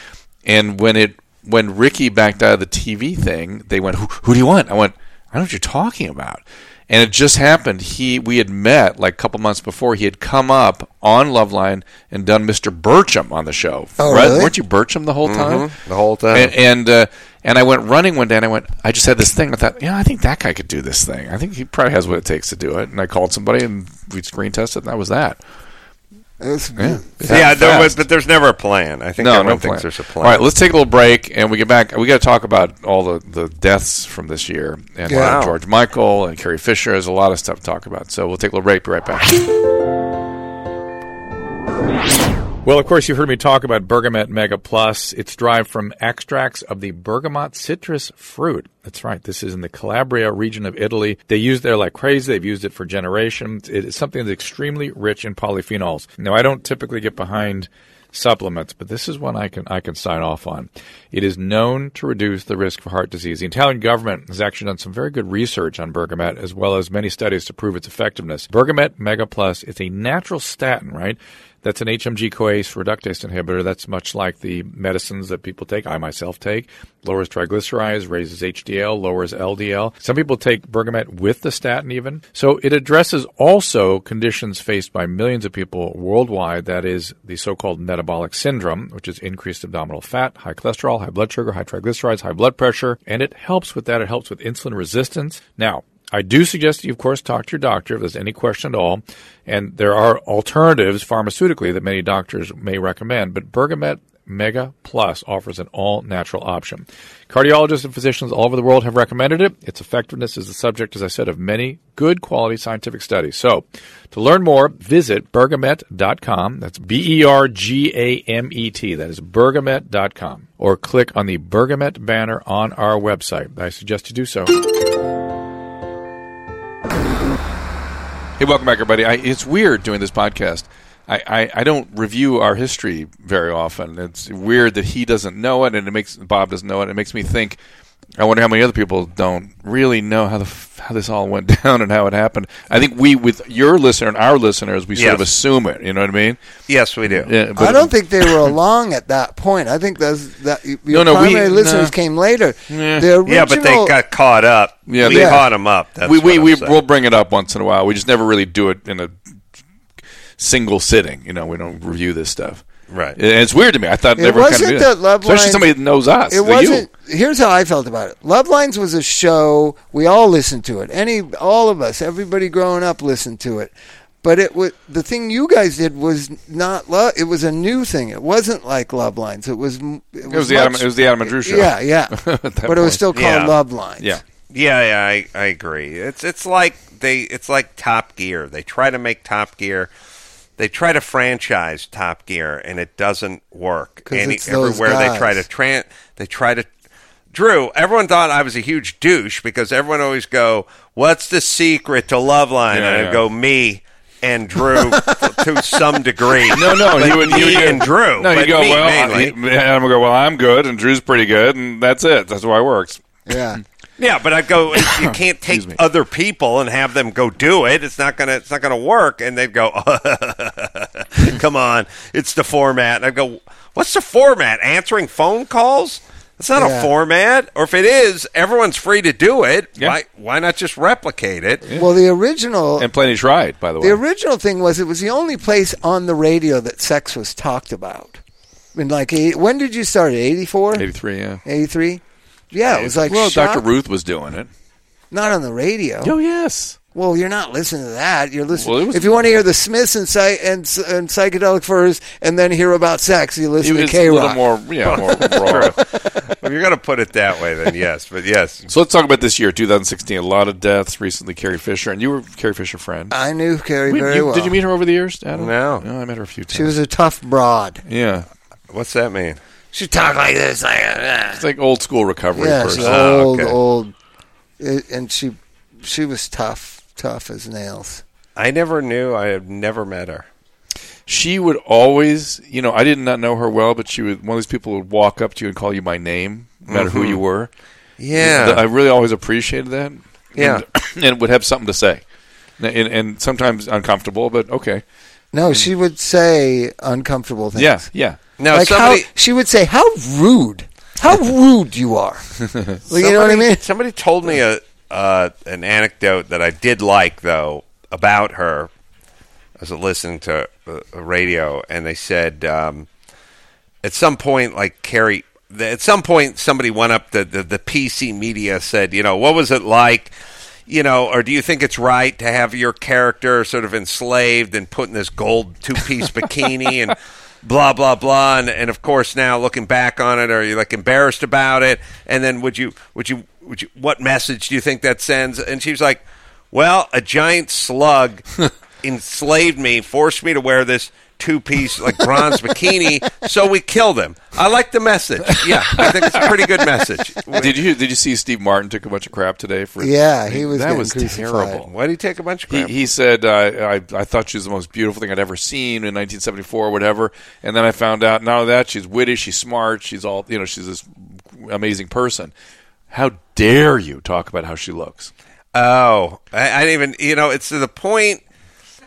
and when it when Ricky backed out of the TV thing, they went, "Who, who do you want?" I went, "I don't know what you're talking about." And it just happened. He we had met like a couple months before. He had come up on Loveline and done Mr. Burcham on the show.
Oh,
Right?
really?
Weren't you Burcham the whole time?
The whole time.
and and, uh, and I went running one day, and I went. I just had this thing. I thought, you know, I think that guy could do this thing. I think he probably has what it takes to do it. And I called somebody, and we screen tested, and that was that.
It was-
yeah, there was,
fast.
but there's never a plan. I think
No,
everyone
no plan.
thinks there's a plan.
All right, let's take a little break, and we get back. We got to talk about all the, the deaths from this year, and uh,
Wow.
George Michael and Carrie Fisher. There's a lot of stuff to talk about. So we'll take a little break. Be right back.
Well, of course, you heard me talk about Bergamot Mega Plus. It's derived from extracts of the bergamot citrus fruit. That's right. This is in the Calabria region of Italy. They use it there like crazy. They've used it for generations. It is something that's extremely rich in polyphenols. Now, I don't typically get behind supplements, but this is one I can I can sign off on. It is known to reduce the risk of heart disease. The Italian government has actually done some very good research on bergamot as well as many studies to prove its effectiveness. Bergamot Mega Plus is a natural statin, right? That's an HMG CoAce reductase inhibitor. That's much like the medicines that people take. I myself take. Lowers triglycerides, raises HDL, lowers LDL. Some people take bergamot with the statin even. So it addresses also conditions faced by millions of people worldwide. That is the so-called metabolic syndrome, which is increased abdominal fat, high cholesterol, high blood sugar, high triglycerides, high blood pressure. And it helps with that. It helps with insulin resistance. Now, I do suggest that you, of course, talk to your doctor if there's any question at all. And there are alternatives pharmaceutically that many doctors may recommend, but Bergamet Mega Plus offers an all natural option. Cardiologists and physicians all over the world have recommended it. Its effectiveness is the subject, as I said, of many good quality scientific studies. So to learn more, visit bergamet.com. That's B E R G A M E T. That is bergamet.com. Or click on the Bergamet banner on our website. I suggest you do so.
Hey, welcome back, everybody. I, it's weird doing this podcast. I, I, I don't review our history very often. It's weird that he doesn't know it, and it makes Bob doesn't know it. It makes me think. I wonder how many other people don't really know how the f- how this all went down and how it happened. I think we, with your listener and our listeners, we sort of
Yes.
assume it. You know what I mean?
yes, we do.
Yeah,
I don't think they were along at that point. I think those that your
no, we-
primary listeners
no.
came later. The
Yeah, but they
original-
got caught up.
Yeah,
we
they-
caught them up. That's
we we,
what
we
I'm saying.
we'll bring it up once in a while. We just never really do it in a single sitting. You know, we don't review this stuff.
Right.
And it's weird to me. I thought
It
they were
wasn't
kind of
that Love
especially
Lines-
somebody that knows us.
It
the you.
wasn't. Here's how I felt about it. Love Lines was a show we all listened to it. Any, all of us, everybody growing up listened to it. But it was the thing you guys did was not love. It was a new thing. It wasn't like Love Lines. It was. m- It was,
It was the
much-
Adam, it was the Adam and Drew show.
Yeah, yeah.
that
but it was
point.
still called
Yeah.
Love Lines.
yeah.
Yeah, yeah, I, I agree. It's it's like they it's like Top Gear. They try to make Top Gear. They try to franchise Top Gear, and it doesn't work.
'Cause
And
it's those
everywhere they try to
guys.
tran, they try to. Drew, everyone thought I was a huge douche because everyone always go, "What's the secret to Love Line?"
Yeah,
and I
yeah.
would go, "Me." And Drew, to some degree.
No, no,
But
you would, you
me
would go-
and Drew.
No, you
but
go
me
well.
mainly.
Uh,
I, Adam would go well. I'm good, and Drew's pretty good, and that's it. That's why it works.
yeah.
Yeah, but I'd go. You can't take other people and have them go do it. It's not gonna. It's not gonna work. And they'd go, "Come on, it's the format." And I'd go, "What's the format? Answering phone calls? That's not
Yeah.
a format. Or if it is, everyone's free to do it.
Yeah.
Why? Why not just replicate it?
Well, the original
And plenty tried, by the way.
The original thing was it was the only place on the radio that sex was talked about. In like eight, when did you start? Eighty four.
Eighty-three. Yeah.
Eighty three. Yeah, it was like
well,
shock-
Dr. Ruth was doing it.
Not on the radio.
Oh yes.
Well, you're not listening to that. You're listening.
Well, it was-
if you want to hear the Smiths and, psy- and s- and psychedelic furs, and then hear about sex, you
It
listen to
was
K
a little
Rock.
more, yeah, more raw.
We if you're going to put it that way, then yes. But yes,
So let's talk about this year, 2016. A lot of deaths recently. Carrie Fisher, and you were Carrie Fisher friend.
I knew Carrie
We-
very
you-
well.
Did you meet her over the years, Adam? Oh,
No.
I met her a few times.
She was a tough broad.
yeah,
what's that mean?
She talked like this, like uh,
it's like old school recovery
yeah,
person.
she's
Ah,
old,
okay.
old, It- and she she was tough, tough as nails.
I never knew. I have never met her.
she would always, you know, I did not know her well, but she would one of these people would walk up to you and call you by name, no matter who you
Mm-hmm.
were. Th- I
Yeah,
really always appreciated that.
Yeah.
and, and would have something to say, and, and, and sometimes uncomfortable, but okay.
No, she would say uncomfortable things.
Yeah, yeah.
now
like
somebody.
how she would say, "How rude! How rude you are!" Like, you know what I
somebody-
mean?
Somebody told me a uh, an anecdote that I did like though about her. I was listening to uh, radio, and they said um, at some point, like Carrie. th- At some point, somebody went up to the, the PC media said, you know, what was it like, you know, or do you think it's right to have your character sort of enslaved and put in this gold two piece bikini and blah blah blah, and, and of course now looking back on it, are you like embarrassed about it? And then would you would you would you what message do you think that sends? And she was like, well, a giant slug enslaved me, forced me to wear this two piece like bronze bikini, so we killed him. I like the message. Yeah, I think it's a pretty good message.
Did you did you see Steve Martin took a bunch of crap today for?
Yeah, he was
that
getting
was
crucified.
terrible.
Why do you take a bunch of
He,
crap?
he said, uh, I, I thought she was the most beautiful thing I'd ever seen in 1974 or whatever. And then I found out, not only that, she's witty, she's smart, she's all, you know, she's this amazing person. How dare you talk about how she looks?
oh, I, I didn't even. You know, it's to the point.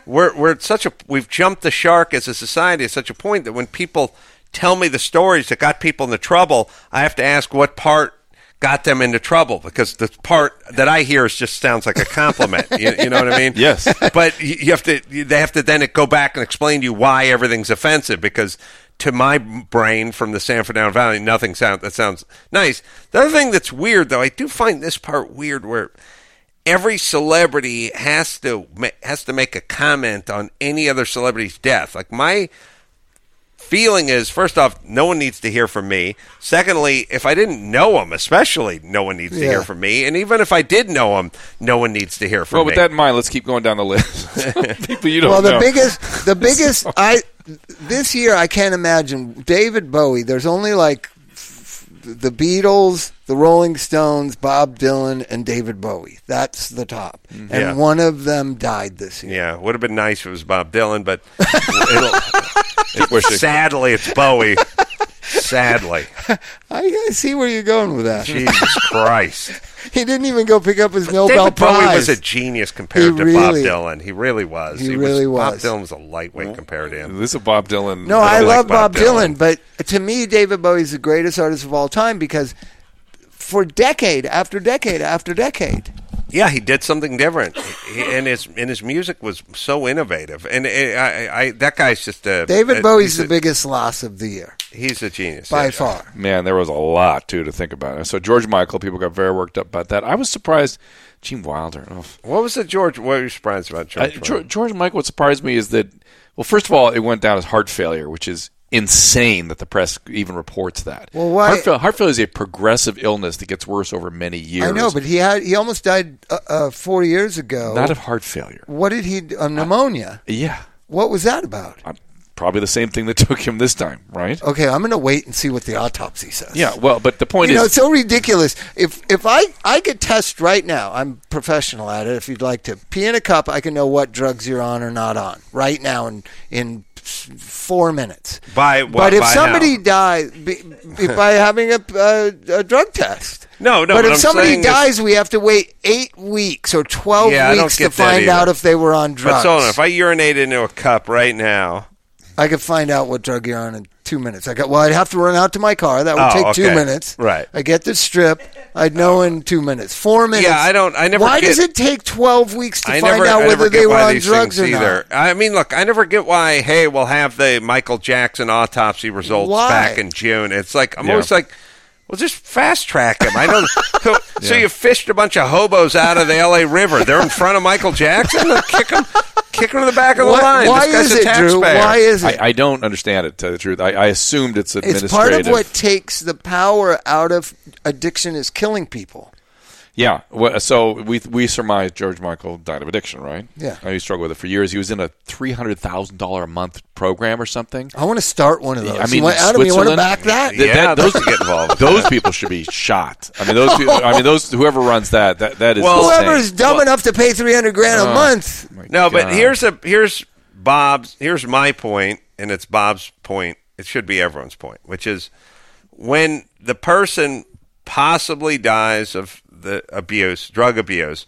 We're we're at such a we've jumped the shark as a society at such a point that when people tell me the stories that got people into trouble, I have to ask what part got them into trouble because the part that I hear is just sounds like a compliment. you, you know what I mean?
Yes.
but you you have to you- they have to then go back and explain to you why everything's offensive because to my brain from the San Fernando Valley nothing sounds that sounds nice the other thing that's weird though I do find this part weird where every celebrity has to ma- has to make a comment on any other celebrity's death like my feeling is first off no one needs to hear from me secondly if i didn't know him especially no one needs to
Yeah.
hear from me and even if i did know him no one needs to hear from
Well,
me
with that in mind, let's keep going down the list. People you don't
Well, the
know.
biggest, the biggest. I this year I can't imagine David Bowie. There's only like f- the Beatles, the Rolling Stones, Bob Dylan, and David Bowie. That's the top, and
Mm, Yeah.
one of them died this year.
Yeah, would have been nice if it was Bob Dylan, but it'll,
Wish it-
sadly, it's Bowie. Sadly,
I, I see where you're going with that.
Jesus Christ!
He didn't even go pick up his Nobel
David Bowie
Prize.
was a genius compared
He
to
really-
Bob Dylan. He really was.
He really was.
Bob Dylan was a lightweight compared to him.
This is Bob Dylan.
No, I,
don't like
love Bob, Dylan,
Dylan.
but to me, David Bowie is the greatest artist of all time because for decade after decade after decade,
Yeah, he did something different, He- and his and his music was so innovative. And eh, I, I, that guy's just a
David
a-
Bowie's
Uh, he's
the
a-
biggest loss of the year
He's a genius
by
Yeah.
far.
Man, there was a lot too to think about. So George Michael, people got very worked up about that. I was surprised. Gene Wilder. Oh,
What was the George? What were you surprised about
I,
George?
Uh, George, George Michael, what surprised me is that, well, first of all, it went down as heart failure, which is insane that the press even reports that.
Well, why-
Heart, fail- heart failure is a progressive illness that gets worse over many years.
I know, but he had he almost died uh, uh, four years ago.
not of heart failure.
what did he? d- Uh, pneumonia.
Yeah,
what was that about?
I'm- probably the same thing that took him this time, right?
Okay, I'm going to wait and see what the autopsy says.
Yeah. Well, but the point
you
is,
know, it's so ridiculous. If if I I could test right now, I'm professional at it. If you'd like to pee in a cup, I can know what drugs you're on or not on right now in in s- four minutes.
By what-
but if
by
somebody
now?
dies be, be- by having a, a a drug test.
No, no,
But,
what
if
I'm
somebody
saying is-
dies, we have to wait eight weeks or twelve
Yeah, I don't
weeks to
get that
find
either.
out if they were on drugs.
But so if I urinated into a cup right now,
I could find out what drug you're on in two minutes. I got well, I'd have to run out to my car. That would
Oh,
take two
okay.
minutes.
Right.
I get the strip. I'd know in two minutes. Four minutes.
I don't- I never
Why
get-
does it take twelve weeks to
I
find
never,
out
I never
whether
get
they were
why
on
these
drugs or
things either.
not?
I mean, look, I never get why. Hey, we'll have the Michael Jackson autopsy results
Why?
back in June. It's like I'm
Yeah.
always like, Well, just fast track him. I know. So, so you fished a bunch of hobos out of the L.A. River. They're in front of Michael Jackson. They'll kick him, kick him to the back of the
Why-
line.
why
This guy's
is
a
it, Drew?
taxpayer.
Why is it?
I, I don't understand it. To tell you the truth, I, I assumed it's administrative.
it's part of what takes the power out of addiction is killing people.
Yeah. Well, so we we surmise George Michael died of addiction, right?
Yeah.
I mean, he struggled with it for years. He was in a three hundred thousand dollar a month program or something.
I want to start one of those.
I mean,
you want,
in
Adam, you want to
Switzerland-
back that?
Th-
Yeah,
that- those
those get involved.
Those people should be shot. I mean, those. People, I mean, those. Whoever runs that, that that is.
Well, uh,
insane.
Whoever's dumb enough to pay three hundred grand a month,
My
No, but
God.
here's a here's Bob's here's my point, and it's Bob's point. It should be everyone's point, which is when the person possibly dies of the abuse, drug abuse,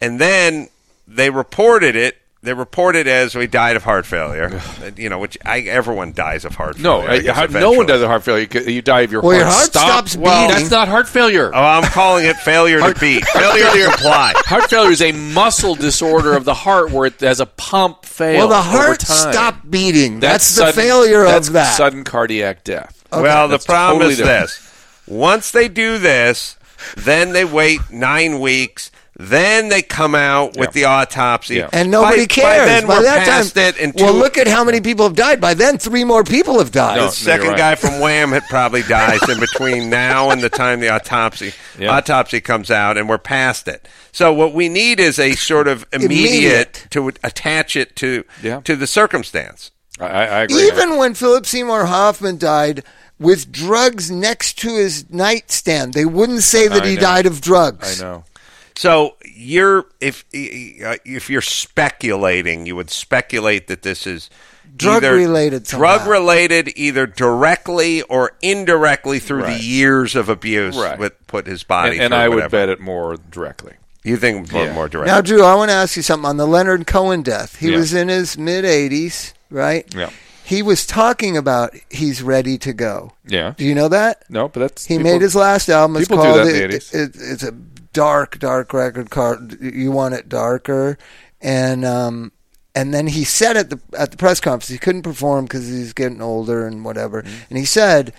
and then they reported it. They report it as we died of heart failure. you know, which I, everyone dies of heart
No,
failure. I guess,
I- I- no one
eventually.
does a heart failure. You, you die of your
Well,
heart.
your heart
stop.
stops Well- beating.
that's not heart failure.
Oh, I'm calling it failure to beat, failure to comply.
Heart failure is a muscle disorder of the heart where it has a pump fail.
well, the heart
over time.
stopped beating. That's, the
sudden-
failure
that's
of that.
Sudden cardiac death.
Well, the
That's
problem
totally
is
different.
this: once they do this, then they wait nine weeks. Then they come out with the autopsy,
Yeah.
and nobody
By-
cares.
By then, we're
that
past
time,
it. And
well,
two-
look at how many people have died. By then, three more people have died.
the
No, you're
second
right.
guy from Wham had probably dies in between now and the time the autopsy
Yeah.
autopsy comes out, and we're past it. So what we need is a sort of immediate,
Immediate.
to attach it to
Yeah.
to the circumstance.
I, I I agree.
Even when Philip Seymour Hoffman died with drugs next to his nightstand, they wouldn't say that
I
he
know.
died of
I
drugs.
know.
So you're if uh, if you're speculating, you would speculate that this is
Drug related somehow.
drug related, either directly or indirectly through
Right.
the years of abuse
Right.
with put his body.
And, and
through,
I would
whatever.
bet it more directly.
you think more,
Yeah.
more directly.
Now, Drew, I want to ask you something on the Leonard Cohen death. He
Yeah.
was in his mid 80s, right?
Yeah.
He was talking about he's ready to go.
Yeah.
Do you know that?
No, but that's
He
people-
made his last album. It's
people do
called
that in the
it,
80s.
it- It's a dark, dark record. Card. You want it darker, and um, and then he said at the at the press conference he couldn't perform because he's getting older and whatever.
Mm-hmm.
And he said,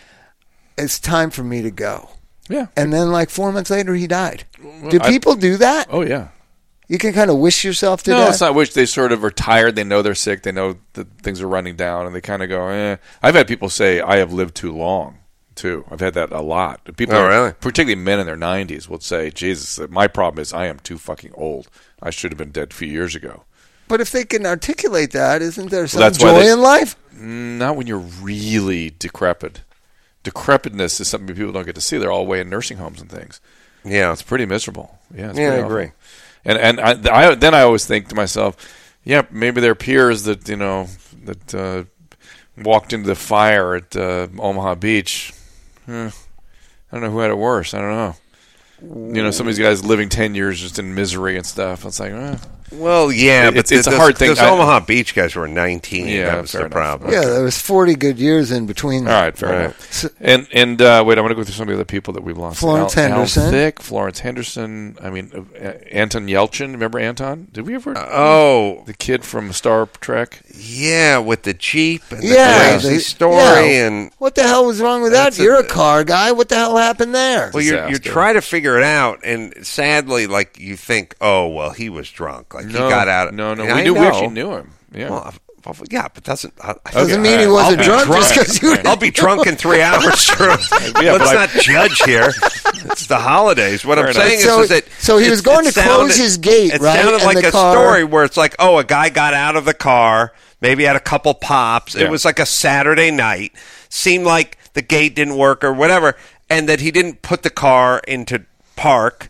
"It's time for me to go."
Yeah.
And then, like four months later, he died. do
I-
people do that?
Oh yeah.
You can kind of wish yourself to
No,
death.
it's not wish. They sort of are tired. They know they're sick. They know that things are running down, and they kind of go, eh. I've had people say, I have lived too long, too. I've had that a lot. People,
Oh,
are-
really?
particularly men in their 90s, will say, Jesus, uh, my problem is I am too fucking old. I should have been dead a few years ago.
But if they can articulate that, isn't there some
that's why
joy
they-
in life?
Mm, Not when you're really decrepit. Decrepitness is something people don't get to see. They're all away in nursing homes and things.
yeah,
It's pretty miserable. Yeah, it's
Yeah,
pretty
I
awful.
agree.
And and I, th- I then I always think to myself, yeah, maybe their peers that you know that uh, walked into the fire at uh, Omaha Beach. Eh, I don't know who had it worse. I don't know. You know, some of these guys living ten years just in misery and stuff. It's like, eh.
well, yeah,
It-
but
it's- it's a
those-
hard thing.
Those
I-
Omaha Beach guys were nineteen.
Yeah,
that was
fair
the
enough.
problem.
Yeah, there was forty good years in between.
all right, fair
Right.
enough. And and uh, wait, I'm going to go through some of the other people that we've lost.
Florence
Al, Al
Henderson.
Thick, Florence Henderson. I mean, uh, uh, Anton Yelchin. Remember Anton? Did we ever?
Oh,
the kid from Star Trek.
yeah, with the jeep and
Yeah,
the crazy
they-
story
yeah.
and
What the hell was wrong with that?
That's a-
You're a, car guy. What the hell happened there?
Well, you're, you're
disaster.
trying to figure it out, and sadly, like you think, oh well, he was drunk. Like he got out.
No, no,
and
we
I
knew we
know-
actually knew him. Yeah.
Well, I- well, yeah, but doesn't I, I-
Doesn't mean he
I'll
wasn't
be
drunk, just 'cause you
I'll be drunk in three hours. Sure.
but
Let's
I-
not judge here. It's the holidays. What I'm
enough.
saying is,
So-
is that
so he
it-
was going
it
to close his gate,
It
right,
sounded
and
like
the
a
car-
story where it's like, oh, a guy got out of the car, maybe had a couple pops.
Yeah.
It was like a Saturday night. Seemed like the gate didn't work or whatever, and that he didn't put the car into park.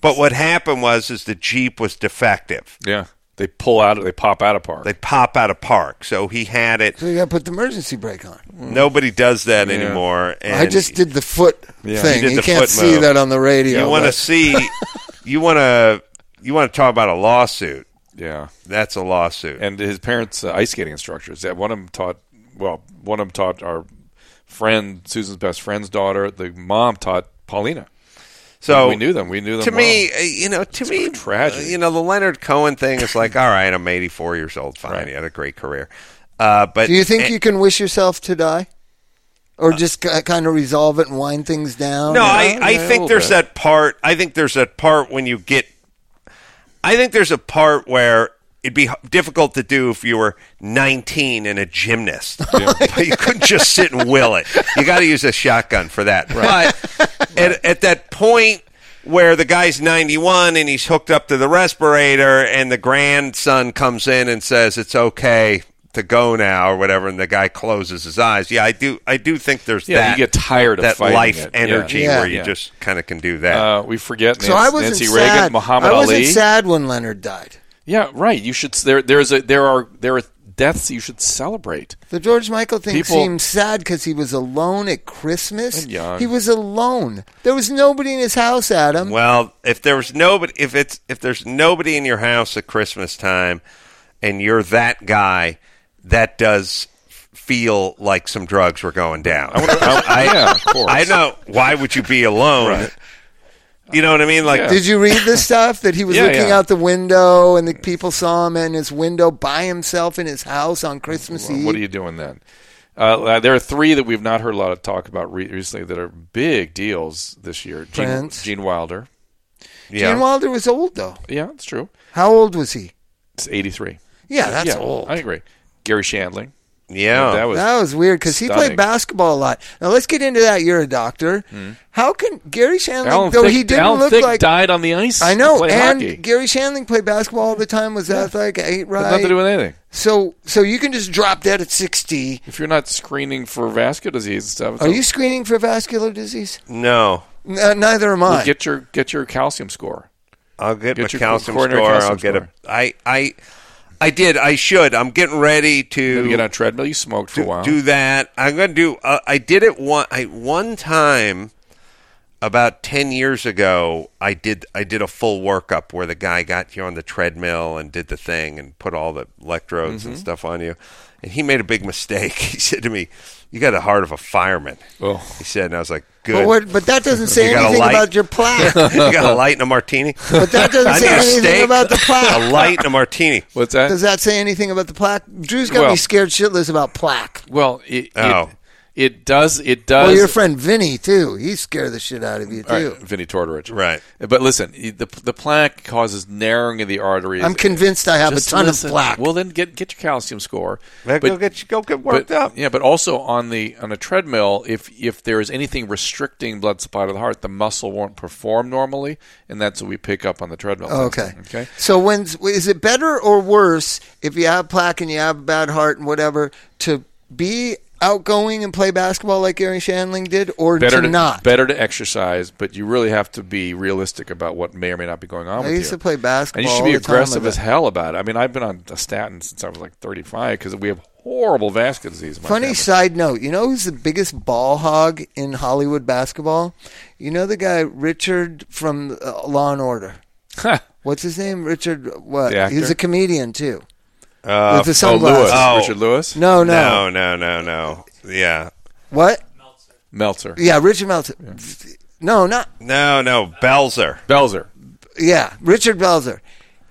But what happened was, is the jeep was defective.
yeah. They pull out, they pop out of park.
They pop out of park, so he had it.
so you got to put the emergency brake on.
Nobody does that anymore. And
I just did the foot
You
thing.
did
You,
the
can't
foot
see
move.
that on the radio.
You want to
but-
see? you want to? You want to talk about a lawsuit?
yeah.
That's a lawsuit.
And his parents' uh, ice skating instructors. Yeah, one of them taught, well, one of them taught our friend, Susan's best friend's daughter. The mom taught Paulina.
so
we knew them. We knew them.
To me,
well.
uh, you know, to me,
tragedy.
uh, You know, the Leonard Cohen thing is like, all right, I'm 84 years old. Fine, you had a great career. Uh, but
Do you think
eh, Uh,
you can wish yourself to die? or just k- kind of resolve it and wind things down?
No,
You
I,
know?
I
a
think
little
there's
bit.
that part. I think there's that part when you get. I think there's a part where it'd be h- difficult to do if you were 19 and a gymnast. But you couldn't just sit and will it. You got to use a shotgun for that. But at, at that point where the guy's 91 and he's hooked up to the respirator, and the grandson comes in and says it's okay to go now or whatever, and the guy closes his eyes. Yeah, I do. I do think there's
Yeah,
that.
you get tired of
that
fighting
life
it. Yeah.
energy
Yeah.
where you
Yeah.
just kind of can do that.
Uh, we forget Nancy,
So I wasn't
Nancy
sad.
Reagan, Muhammad
I wasn't
Ali.
sad when Leonard died.
Yeah, right. You should. There, there's a there are there are deaths you should celebrate.
The George Michael thing
People-
seemed sad because he was alone at Christmas.
And young.
He was alone. There was nobody in his house, Adam.
well, if there's nobody, if it's if there's nobody in your house at Christmas time, and you're that guy, that does f- feel like some drugs were going down. I,
I, yeah, of course.
know. Why would you be alone? You know what I mean? Like,
Yeah.
Did you read the stuff that he was
Yeah,
looking
yeah.
out the window and the people saw him in his window by himself in his house on Christmas Eve?
What are you doing then? Uh, there are three that we've not heard a lot of talk about re- recently that are big deals this year. Gene,
Prince.
Gene Wilder.
yeah.
Gene Wilder was old though.
Yeah, it's true.
How old was he?
It's 83.
Yeah, that's
yeah,
old.
I agree. Gary Shandling.
yeah.
That was
that was weird because he
stunning. Hmm.
played basketball a lot. Now let's get into that. You're a doctor. How can Gary Shandling,
Alan
though
Thicke,
he didn't
Alan
look
Thicke
like
died on the ice.
I
to
know,
play
and
hockey.
Gary Shandling played basketball all the time. Was athletic, ate
Had nothing to do
right.
with anything.
So, so you can just drop dead at sixty.
If you're not screening for vascular disease and stuff, it's
Are
a-
you screening for vascular disease?
no.
N- neither am I.
get your get your calcium score?
I'll get,
Get your
my calcium score.
coronary calcium
I'll get a.
score.
I I I did. I should. I'm getting ready to
You get on a treadmill. You smoked for a while.
do that. I'm going to do. Uh, I did it one. I one time about ten years ago. I did. I did a full workup where the guy got you on the treadmill and did the thing and put all the electrodes and
Mm-hmm.
stuff on you. And he made a big mistake. He said to me, "You got the heart of a fireman."
Oh.
He said, and I was like,
but,
"Good."
what, but that doesn't say
You got a
anything
light.
about your plaque.
you got a light and a martini.
But that doesn't
I
say
need a
anything
steak,
about the
a
plaque.
light and a martini.
What's that?
Does that say anything about the plaque? Drew's got
Well-
me scared shitless about plaque.
well, it,
Oh.
it it does it does.
Well, your friend Vinny too. He scared the shit out of you
All
too.
right, Vinny Tortorich.
Right.
But listen, the the plaque causes narrowing of the arteries.
I'm convinced I have a
Just
ton
listen.
of plaque.
Well, then get get your calcium score.
Man,
But-
go get go get
but-
worked up.
Yeah, but also on the on a treadmill, if if there is anything restricting blood supply to the heart, the muscle won't perform normally, and that's what we pick up on the treadmill.
Oh, Okay.
Okay.
So when is it better or worse if you have plaque and you have a bad heart and whatever to be outgoing and play basketball like Gary Shandling did, or
Better
to, not?
better to exercise, but you really have to be realistic about what may or may not be going on.
I
with
used
you.
to play basketball.
And you should
all
be
the time
aggressive
with
as
it.
hell about it. I mean, I've been on a statin since I was like 35 because we have horrible vascular disease. in my
Funny
family.
side note, you know who's the biggest ball hog in Hollywood basketball? You know the guy Richard from uh, Law and Order. What's his name? Richard. What?
The actor?
He's a comedian too.
Uh,
with the
Oh, Lewis.
sunglasses.
Oh.
Richard Lewis?
No, no,
No, no, no, no. Yeah.
What?
Meltzer.
Yeah, Richard Meltzer. No, not
No, no. Belzer.
Belzer.
Yeah, Richard Belzer,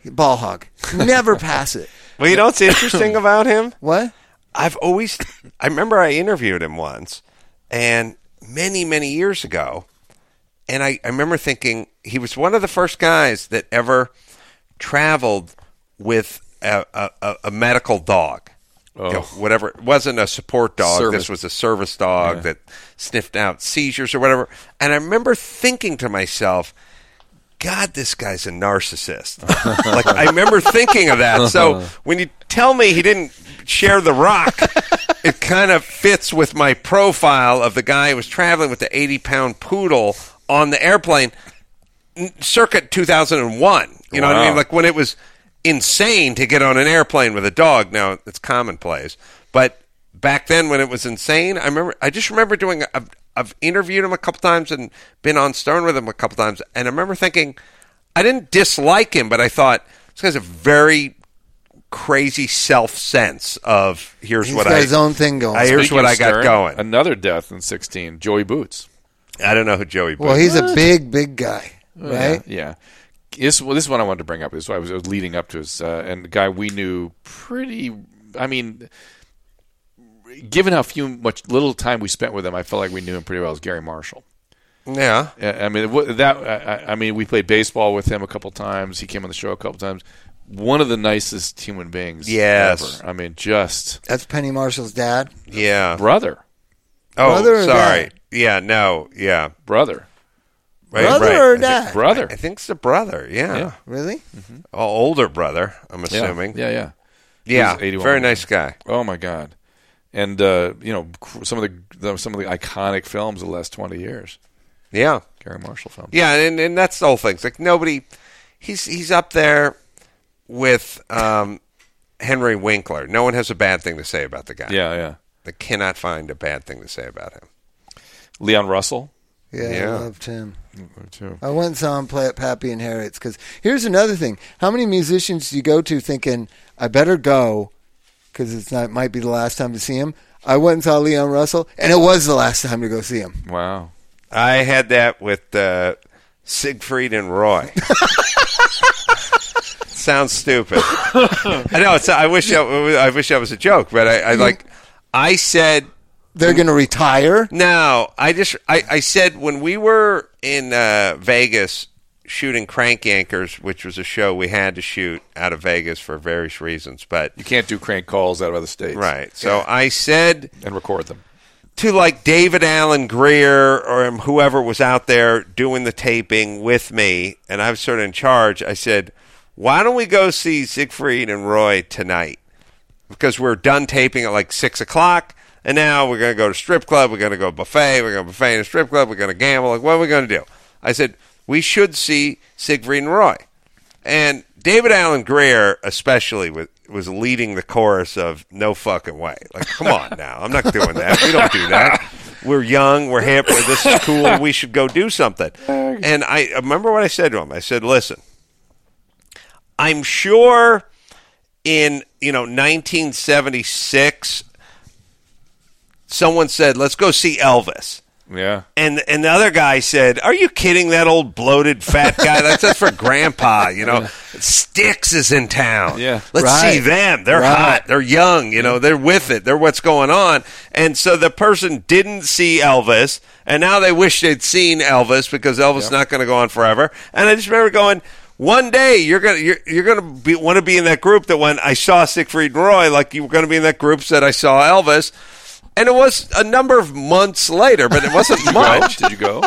ball hog. Never pass it.
Well, you know what's interesting about him?
What?
I've always, I remember I interviewed him once, and many, many years ago, and I, I remember thinking he was one of the first guys that ever traveled with a, a, a- a medical dog. You know, whatever. It wasn't a support dog.
Service.
This was a service dog that sniffed out seizures or whatever. And I remember thinking to myself, God, this guy's a narcissist. like I remember thinking of that. So when you tell me he didn't share the rock, it kind of fits with my profile of the guy who was traveling with the eighty pound poodle on the airplane n- circa two thousand and one. You know what I
Wow.
mean? Like when it was insane to get on an airplane with a dog. Now it's commonplace, but back then when it was insane, I remember. I just remember doing. I've, I've interviewed him a couple times and been on Stern with him a couple times, and I remember thinking, I didn't dislike him, but I thought this guy's a very crazy self sense of here's
He's
what
got
I
his own thing going.
I- here's
Speaking
what
of
I got
Stern,
going.
Another death in 16. Joey Boots.
I don't know who Joey. Boone
Well, he's a big, big guy, right?
Yeah. This well, this is one I wanted to bring up. This is why I was, I was leading up to. Is uh, and a guy we knew pretty. I mean, given how few, much little time we spent with him, I felt like we knew him pretty well as Gary Marshall.
Yeah.
I I mean, wh- that I- I I mean, we played baseball with him a couple times. He came on the show a couple times. One of the nicest human beings.
Yes.
ever. I mean, just
That's Penny Marshall's dad.
Yeah.
brother,
Oh,
Brother or
sorry.
dad?
Yeah. No. Yeah.
brother,
Right,
brother
right.
or
I thi-
dad?
brother.
I think it's the brother. Yeah.
Yeah.
Really?
O- older brother. I'm
Yeah.
assuming.
Yeah, yeah.
Yeah.
He's 81.
Very nice guy.
Oh my God. And uh, you know cr- some of the- the some of the iconic films of the last twenty years,
Yeah.
Gary Marshall films.
Yeah, and and that's the whole thing. It's like nobody, he's he's up there with um, Henry Winkler. No one has a bad thing to say about the guy.
yeah, yeah.
they cannot find a bad thing to say about him.
Leon Russell.
Yeah, I
Yeah.
loved him.
too.
I went and saw him play at Pappy and Harriet's. Because here's another thing: how many musicians do you go to thinking I better go because it's not might be the last time to see him? I went and saw Leon Russell, and it was the last time to go see him.
Wow.
I had that with uh, Siegfried and Roy. Sounds stupid. I know. It's, I wish I, I wish that was a joke, but I, I like. I said
They're going to retire.
No, I just I, I said when we were in uh, Vegas shooting Crank Yankers, which was a show we had to shoot out of Vegas for various reasons, but
You can't do crank calls out of other states,
right. So I said
And record them.
to like David Allen Greer or whoever was out there doing the taping with me, and I was sort of in charge. I said, "Why don't we go see Siegfried and Roy tonight? Because we're done taping at like six o'clock, and now we're gonna go to strip club. We're gonna go buffet. We're gonna buffet and a strip club. We're gonna gamble. Like, what are we gonna do?" I said, "We should see Siegfried and Roy." And David Allen Greer, especially, was, was leading the chorus of "No fucking way." Like, come on now, I'm not doing that. We don't do that. We're young, we're hip, we're, this is cool. We should go do something. And I I remember what I said to him. I said, "Listen, I'm sure in you know 1976, someone said, "Let's go see Elvis."
Yeah.
And and the other guy said, "Are you kidding? That old bloated fat guy? That's just for grandpa, you know. Styx is in town.
Yeah.
let's
Right.
see them. They're
Right.
hot. They're young. You know, they're with it. They're what's going on." And so the person didn't see Elvis, and now they wish they'd seen Elvis because Elvis is not going to go on forever. And I just remember going. One day you're gonna you're, you're gonna be, want to be in that group that when I saw Siegfried and Roy, like you were gonna be in that group that I saw Elvis, and it was a number of months later, but it wasn't
Go?
much.
Did you go?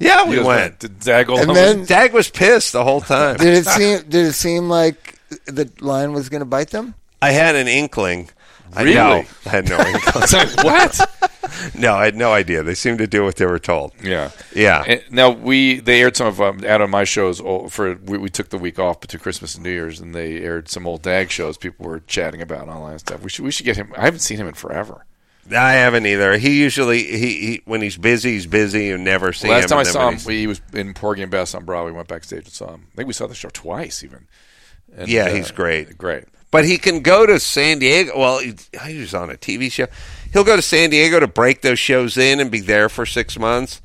Yeah,
You
we
guys
went.
to Zaggle.
And then-
Dag was pissed the whole time.
Did it seem? did it seem like the lion was going to bite them?
I had an inkling.
Really?
I, no, I had no inkling.
It's like, what?
no, I had no idea. They seemed to do what they were told.
Yeah,
Yeah.
And now we they aired some of um, out of my shows all- for we, we took the week off between Christmas and New Year's, and they aired some old Dag shows people were chatting about online and stuff. We should we should get him. I haven't seen him in forever.
I haven't either. He usually he, he when he's busy, he's busy. You never see
Last
him.
time I
And then
saw
when
him, he was in Porgy and Bess on Broadway. We went backstage and saw him. I think we saw the show twice even. And, uh,
Yeah, he's great.
Great.
But he can go to San Diego. Well, he, he was on a TV show. He'll go to San Diego to break those shows in and be there for six months.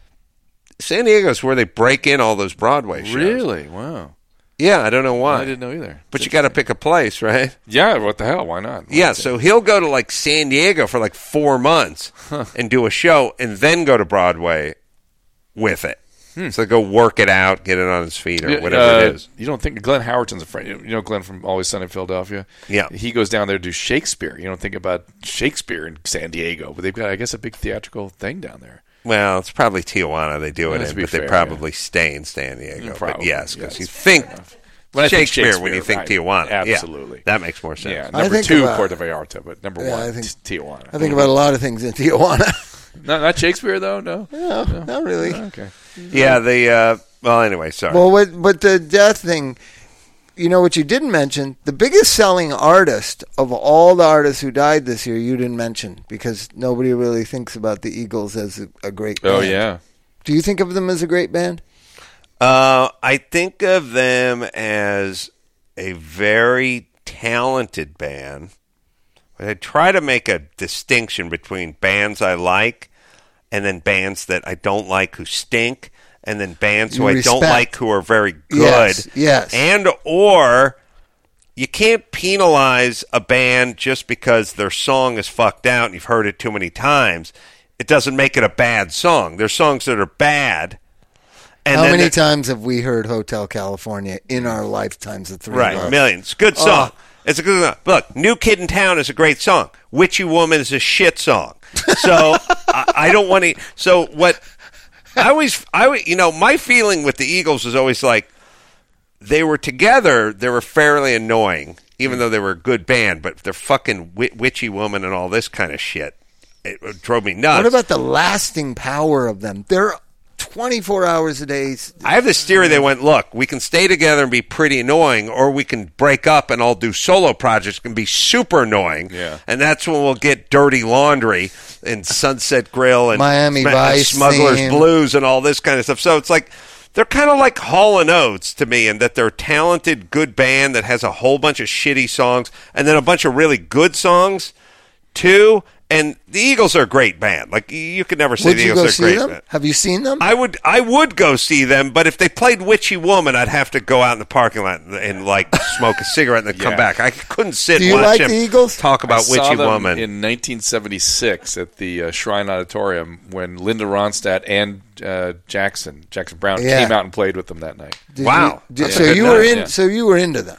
San Diego's where they break in all those Broadway shows.
Really? Wow.
Yeah, I don't know why.
I didn't know either.
But you got to pick a place, right?
Yeah. What the hell? Why not?
Yeah, so he'll go to like San Diego for like four months and do a show, and then go to Broadway with it. So go work it out, get it on his feet, or whatever it
Hmm. Uh,
is.
You don't think Glenn Howerton's a friend? You know Glenn from Always Sunny in Philadelphia.
Yeah.
he goes down there to do Shakespeare. You don't think about Shakespeare in San Diego, but they've got, I guess, a big theatrical thing down there.
Well, it's probably Tijuana they do it
Let's
in,
be
but
fair,
they probably stay in San Diego. But
probably,
yes, because
yes.
you think
When I think
Shakespeare, when you think
Shakespeare, right,
Tijuana. Yeah,
absolutely.
that makes more sense.
Yeah,
I
number
think
two,
about-
Puerto Vallarta, but number
Yeah,
one,
I think-
t- Tijuana.
I think about a lot of things in Tijuana.
no, not Shakespeare though. No.
no, not really.
Okay.
yeah. The uh, well, anyway, sorry.
Well, what, but the death thing, you know what you didn't mention? The biggest selling artist of all the artists who died this year, you didn't mention because nobody really thinks about the Eagles as a, a great band.
Oh yeah.
Do you think of them as a great band?
Uh, I think of them as a very talented band. But I try to make a distinction between bands I like and then bands that I don't like who stink, and then bands who
You
I don't
respect.
like who are very good.
Yes, yes.
And or you can't penalize a band just because their song is fucked out and you've heard it too many times. It doesn't make it a bad song. There's songs that are bad. And
How
then
many
there-
times have we heard Hotel California in our lifetimes? The three Oh.
Right,
of us?
millions. Good song. It's a good song. Look, New Kid in Town is a great song. Witchy Woman is a shit song. So I, I don't want to. So what? I always, I always- you know, my feeling with the Eagles is always like they were together. They were fairly annoying, even though they were a good band. But they're fucking wi- Witchy Woman and all this kind of shit. It drove me nuts.
What about the lasting power of them? They're 24 hours a day.
I have this theory. They went, look, we can stay together and be pretty annoying, or we can break up and all do solo projects and be super annoying.
Yeah.
and that's when we'll get Dirty Laundry and Sunset Grill and
Miami
Sma-
Vice
Smuggler's
theme.
Blues and all this kind of stuff. So it's like they're kind of like Hall and Oates to me, in that they're a talented, good band that has a whole bunch of shitty songs and then a bunch of really good songs too. And the Eagles are a great band. Like y- you could never say
Would
the
you
Eagles
go
are a
see
great
them?
band.
Have you seen them?
I would I would go see them, but if they played Witchy Woman, I'd have to go out in the parking lot and, and like smoke a cigarette and then come
Yeah.
back. I couldn't sit.
Do
and
you
watch
like
him
the Eagles?
Talk about
I
Witchy
saw them
Woman.
in 1976 at the uh, Shrine Auditorium when Linda Ronstadt and uh, Jackson Jackson Brown
Yeah.
came out and played with them that night
Did
wow,
you- did-
that's a
so
good
you were
night.
in.
yeah.
So you were into them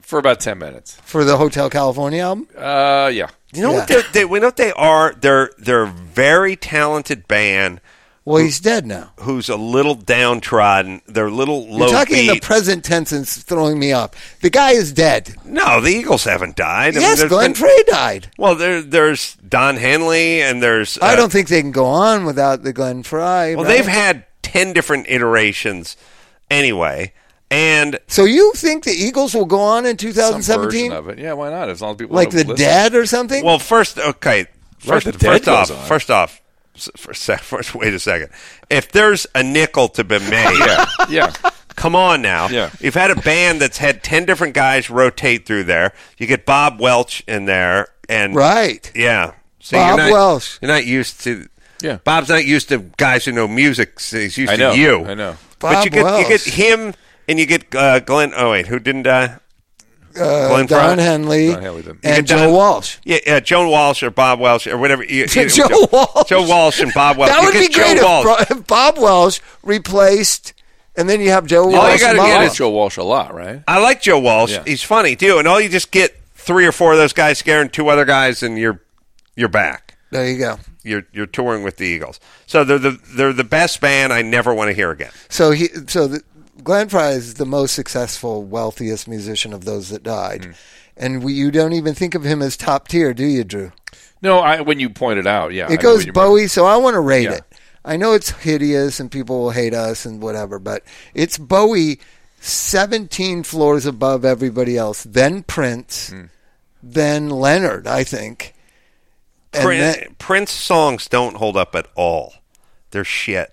for about 10 minutes.
for the Hotel California album.
Uh, yeah,
You know
Yeah.
what? They're, they we know what they are. They're they're a very talented band
Well, he's dead now.
who's a little downtrodden. They're a little low
You're talking in the
beat.
present tense and it's throwing me off. The guy is dead.
no, the Eagles haven't died. I mean,
yes,
there's
Glenn
been-
Frey died.
Well, there, there's Don Henley and there's
I
uh,
don't think they can go on without the Glenn Frey.
Well,
right?
they've had ten different iterations anyway, and
So you think the Eagles will go on in
some version
2017,
of it. Yeah, why not? As long as people
like
wanna
the
listen.
dead or something?
Well, first, okay. First,
the dead
first off,
goes on.
first off, s- for a sec, first, wait a second. If there's a nickel to be made,
Yeah,
come on now.
Yeah.
You've had a band that's had ten different guys rotate through there. You get Bob Welch in there, and
right.
yeah, so
Bob
not,
Welch.
You're not used to.
Yeah.
Bob's not used to guys who know music. so He's used
I know.
to you.
I know.
Bob
but you get you
Welch.
get him, and you get uh, Glenn. Oh wait, who didn't die? Uh, Glenn
Don
Fry?
Henley,
Don Henley didn't.
and
You get
Joe
Don-
Walsh.
Yeah, yeah, Joan Walsh or Bob Welsh or whatever. You, you-
Joe Walsh.
Joe Walsh and Bob Welsh.
that
You
would
get
be
Joe
great if,
Walsh.
Bro- if Bob Welsh replaced, and then you have Joe
you
Walsh. and
gotta get
Bob
I
Yeah.
like
Welch.
Joe Walsh a lot, right?
I like Joe Walsh.
Yeah.
He's funny too, and all you just get three or four of those guys scaring two other guys, and you're you're back.
There you go.
You're you're touring with the Eagles. So they're the they're the best band I never want to hear again.
So he, so the, Glenn Fry is the most successful, wealthiest musician of those that died,
Hmm.
and we, you don't even think of him as top tier, do you, Drew?
No, I when you pointed out, yeah, I know
It goes
what you mean.
Bowie, so I want to rate
Yeah.
it. I know it's hideous and people will hate us and whatever, but it's Bowie 17 floors above everybody else, then Prince,
Hmm.
then Leonard, I think. And
Prin-
then-
Prince songs don't hold up at all. They're shit.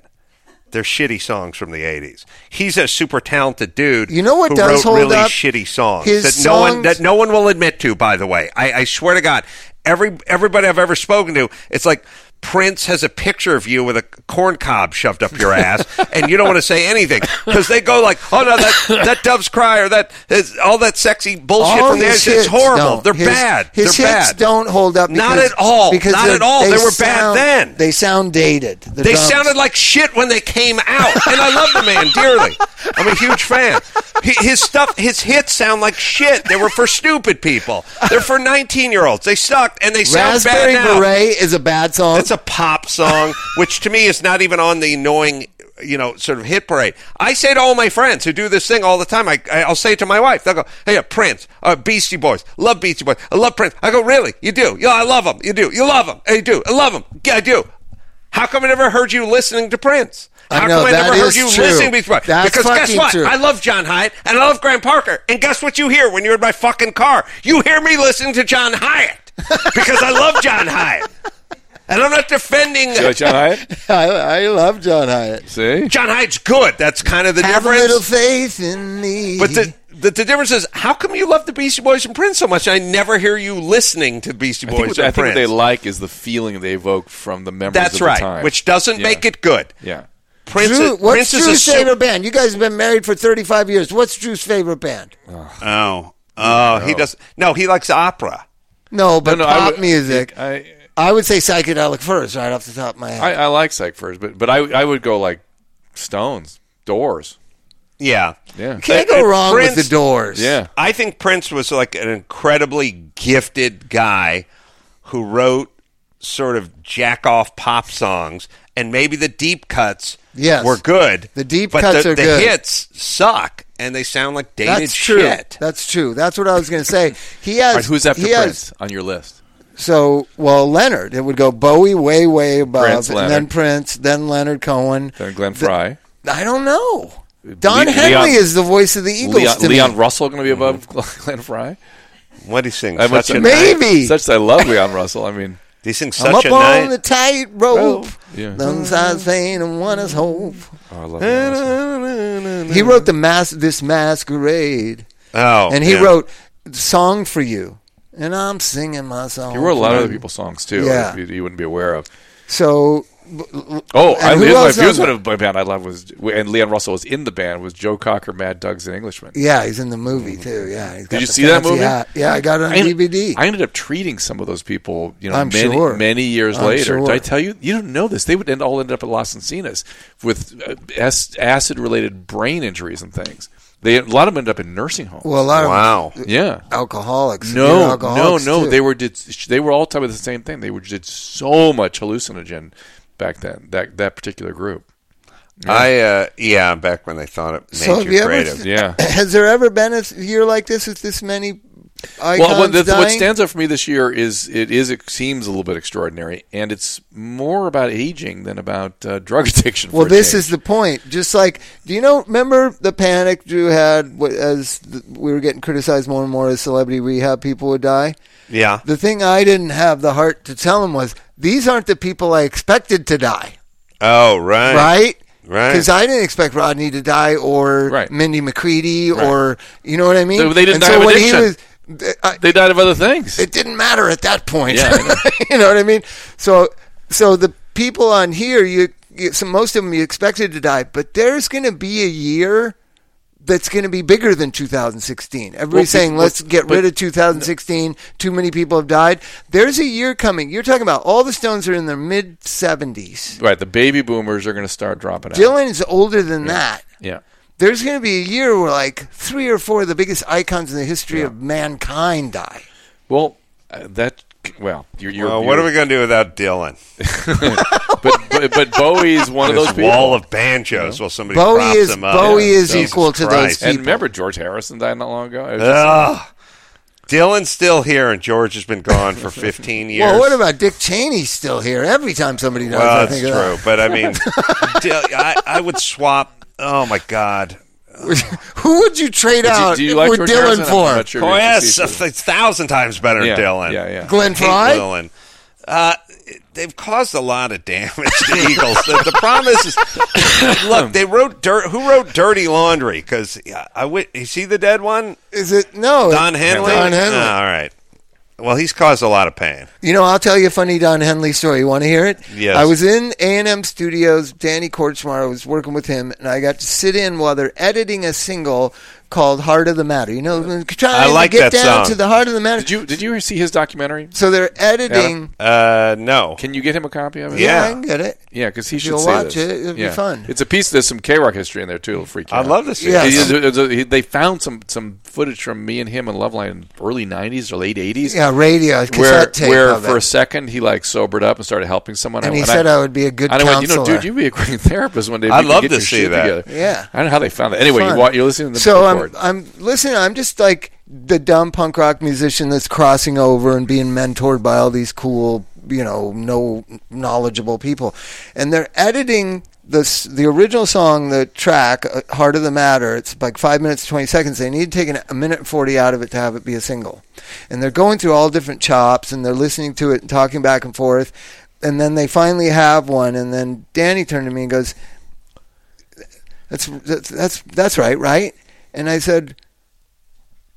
They're shitty songs from the '80s. He's a super talented dude.
You know what
who
does
wrote
hold
really
up?
Shitty songs
His
that no one
songs-
that no one will admit to. By the way, I, I swear to God, every everybody I've ever spoken to, it's like Prince has a picture of you with a corn cob shoved up your ass, and you don't want to say anything because they go like, "Oh no, that that Dove's Cry" or that is all that sexy bullshit
all
from the
his
80s is
hits
horrible.
don't.
They're
His-
bad.
His
They're
hits
bad.
don't hold up.
Not
because-
at all.
Because
Not
they're-
at all. They were bad
sound-
then.
They sound dated. the
They
drums.
sounded like shit when they came out, and I love the man dearly. I'm a huge fan. Hi- His stuff, his hits sound like shit. They were for stupid people. They're for 19 year olds. They sucked, and they sound
Raspberry
bad now.
Beret is a bad song.
That's a pop song, which to me is not even on the annoying, you know, sort of hit parade. I say to all my friends who do this thing all the time, I, I- I'll say it to my wife, they'll go, hey, uh, Prince, uh, Beastie Boys, love Beastie Boys, I love Prince. I go, really? You do? Yeah, I love them. You do? You love them? I do. I love them. Yeah, I do. How come I never heard you listening to Prince?
I
How
know,
come I
that
never heard
is
you
true.
listening to Beastie Boys?
That's
because guess
fucking
what?
true.
I love John Hyatt and I love Graham Parker. And guess what you hear when you're in my fucking car? You hear me listening to John Hyatt because I love John Hyatt. And I'm not defending
You like John Hyatt?
I, I love John Hyatt.
See,
John Hyatt's good. That's kind of the
Have a
difference.
little faith in me.
but the, the the difference is how come you love the Beastie Boys and Prince so much? I never hear you listening to Beastie
I think,
Boys
what, I
and
think what
Prince.
they like is the feeling they evoke from the memories. of
That's
the
right,
time.
which doesn't
Yeah.
make it good.
Yeah,
Prince,
Drew, what's
Prince is a
Drew's
su-
favorite band? You guys have been married for 35 years. What's Drew's favorite band?
Oh, Oh, he does. No, he likes opera.
No, but
no, I
pop
would-
music. I,
I
would say psychedelic first, right off the top of my head.
I, I like psych first, but but I I would go like Stones, Doors.
Yeah.
Yeah,
Can't
Uh,
go
uh,
wrong with
Prince-
the Doors.
yeah.
I think Prince was like an incredibly gifted guy who wrote sort of jack off pop songs, and maybe the deep cuts
Yes.
were good.
The deep
but
cuts
the,
are
the
good.
hits suck, and they sound like dated
That's true.
shit.
That's true. That's what I was going to say. He has.
All right, who's after
he has-
Prince on your list?
So, well, Leonard. It would go Bowie way, way above,
Prince,
and
Leonard.
then Prince, then Leonard Cohen.
Then Uh, Glenn Fry.
I don't know. Don
Le-
Henley
Leon-
is the voice of the Eagles
Leon,
to me.
Leon Russell going to be above Glenn Fry?
What do you sing?
I
Such
must
a
admit-
night-
Maybe.
Such that I love Leon Russell. I mean,
Do you sing such
I'm up
a
on
night?
the tight rope.
Yeah.
Those eyes pain and one is hope.
oh, I love Leon Russell. Mm-hmm.
He wrote the mas- this masquerade,
oh,
and he
yeah.
wrote "Song for You," and I'm singing my song.
He wrote a lot
for
of
you.
other people's songs too.
Yeah.
that You, you wouldn't be aware of.
So,
Oh,
And
I
who
here's my,
else
here's
on
what a band I love was, and Leon Russell was in the band was Joe Cocker, Mad Doug's, and Englishmen.
yeah, he's in the movie too. Yeah, he's got
Mm-hmm. you
the
see that
fancy
movie?
hat. Yeah, I got it on
I,
DVD.
I ended up treating some of those people, you know,
I'm
many,
sure.
many years
I'm
later. Did
sure.
I tell you? You don't know this. They would end, all ended up at Las Encinas with uh, ac- acid-related brain injuries and things. They a lot of them ended up in nursing homes.
well, a lot
Wow.
of
yeah.
alcoholics. severe
No, no,
alcoholics,
no.
too.
They were did they were all talking about the same thing. They were did so much hallucinogen back then. That that particular group.
I uh, yeah, back when they thought it made
So have
you
you ever?
creative.
Yeah.
Has there ever been a year like this with this many icons
Well, what, the, what
dying?
stands out for me this year is it is it seems a little bit extraordinary, and it's more about aging than about uh, drug addiction. for
Well,
a
this
change.
is the point. Just like, do you know? Remember the panic Drew had wh- as the, we were getting criticized more and more as celebrity rehab people would die.
yeah.
The thing I didn't have the heart to tell him was these aren't the people I expected to die,
Oh right.
right?
Right.
Because I didn't expect Rodney to die or
Right.
Mindy McCready or you know what I mean.
They- they didn't
and
die
so
of
when
addiction.
he was, th- I,
they died of other things.
it didn't matter at that point.
Yeah, I know.
you know what I mean? So, so the people on here, you, you so most of them you expected to die, but there's going to be a year that's going to be bigger than 2016. Everybody's
Well,
saying
but-
let's get
but-
rid of 2016. Too many people have died. There's a year coming. You're talking about all the Stones are in their mid 70s.
right, the baby boomers are going to start dropping out.
Dylan's older than that.
Yeah,
There's going to be a year where like three or four of the biggest icons in the history of mankind die.
well, uh, that well, you're, you're,
Well, what are
you're-
we gonna do without Dylan?
But, but but Bowie's one of
This
those people.
wall of banjos. Well, somebody
Bowie
props
is-
them up.
Bowie
Yeah.
is equal to those
Christ.
people.
and remember, George Harrison died not long ago. It was just-
Ugh. Dylan's still here, and George has been gone for 15 years.
Well, what about Dick Cheney's still here? Every time somebody dies,
Well,
I
that's
think uh,
true,
of that.
but I mean, Dil- I, I would swap. Oh my God,
Who would you trade
Do you-
out
do you like
with
George
Dylan
Harrison? I'm
for?
not sure if
oh
you can
yes,
see
a,
through
th- thousand times better,
it. yeah,
Dylan.
Yeah, yeah.
Glenn
Hate
Fry?
Dylan. Uh, they've caused a lot of damage to Eagles. the, the problem is, is look, they wrote dirt. Who wrote "Dirty Laundry"? Because I would. Is he the dead one?
Is it no
Don Henley.
Don Henley.
Oh, all right. Well, he's caused a lot of pain.
You know, I'll tell you a funny Don Henley story. You want to hear it?
Yes.
I was in A&M Studios. Danny Korchmar was working with him, and I got to sit in while they're editing a single called "Heart of the Matter." You know, trying
like
to get
that
down
song.
to the heart of the matter.
Did you did you see his documentary?
so they're editing.
Uh, no.
Can you get him a copy of it?
Yeah.
I can get it.
Yeah, because he
If
should
you'll
see this.
watch it, it'll be
yeah.
fun.
It's a piece. There's some K Rock history in there too. It'll freak you.
I'd
out.
love to see.
Yeah.
it.
He-
Yes.
there's a- he- they found some some footage from me and him and Loveline in early '90s or late '80s.
Yeah, radio
Where,
cassette tape
where
of it.
for a second he like sobered up and started helping someone,
And
I-
he said I would be a good
And I went, you know,
counselor."
dude, you'd be a great therapist one day. if
I'd
you could
love
get
to
your
see
shit
that.
Together.
Yeah.
I don't know how they found that. Anyway,
fun.
you, wa- you're listening to the
so
record.
I'm I'm listening. I'm just like the dumb punk rock musician that's crossing over and being mentored by all these cool, you know, no knowledgeable people, and they're editing this the original song, the track uh, "Heart of the Matter." It's like five minutes twenty seconds. They need to take an, a minute and forty out of it to have it be a single, and they're going through all different chops and they're listening to it and talking back and forth. And then they finally have one, and then Danny turned to me and goes, that's that's that's that's right, right? And I said,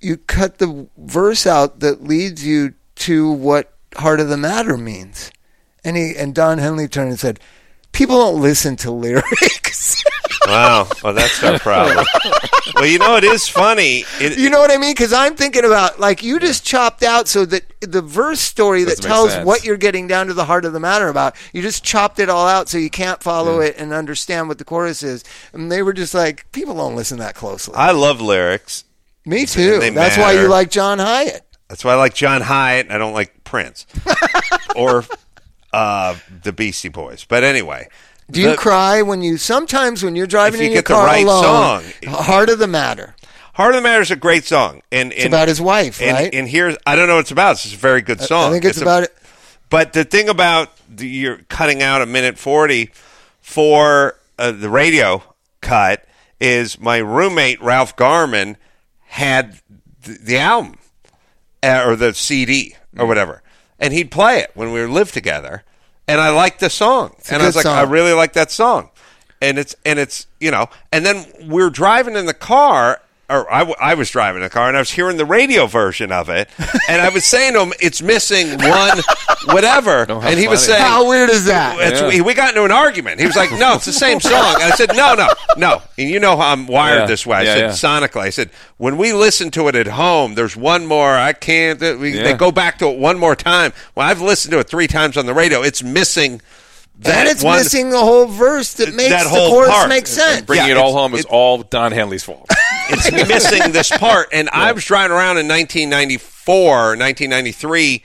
you cut the verse out that leads you to what heart of the matter means. And he and Don Henley turned and said, people don't listen to lyrics.
Wow. Well, that's no problem. well, you know, it is funny. It,
You know what I mean? Because I'm thinking about like you just chopped out so that the verse story that
Doesn't make
tells
sense.
what you're getting down to the heart of the matter about. You just chopped it all out so you can't follow it and understand what the chorus is. And they were just like, people don't listen that closely.
I love lyrics.
Me too.
they
That's why you
matter.
like John Hyatt.
That's why I like John Hyatt and I don't like Prince or uh, the Beastie Boys. But anyway,
Do you
the
cry when you sometimes when you're driving
If you
in your
get the
car
right
alone?
song.
Heart of the matter.
Heart of the Matter is a great song. And,
It's about his wife,
and,
right?
and here's I don't know what it's about. It's just a very good song.
I think it's,
a-
about it.
But the thing about the, you're cutting out a minute 40 for uh, the radio cut is my roommate, Ralph Garman, had th- the album uh, or the CD or whatever. And he'd play it when we lived together. And I liked the song. and I was
good
like, I
song.
really like that song. And it's, and it's, you know, and then we're driving in the car. Or I, w- I was driving the car and I was hearing the radio version of it, and I was saying to him, "It's missing one, whatever." and he was
funny.
saying,
How weird is that?
it's, We got into an argument. He was like, "No, it's the same song." And I said, "No, no, no." And you know how I'm wired
Yeah.
this way. I
Yeah,
said
yeah.
sonically. I said, "When we listen to it at home, there's one more. I can't. that We, They
Yeah.
go back to it one more time. Well, I've listened to it three times on the radio. It's missing that
And it's
one-
missing the whole verse that makes
that
the
whole
chorus
part.
make sense.
Bringing
Yeah,
it all
it's-
home is all Don Henley's fault.
It's missing this part. And I was driving around in 1994, 1993."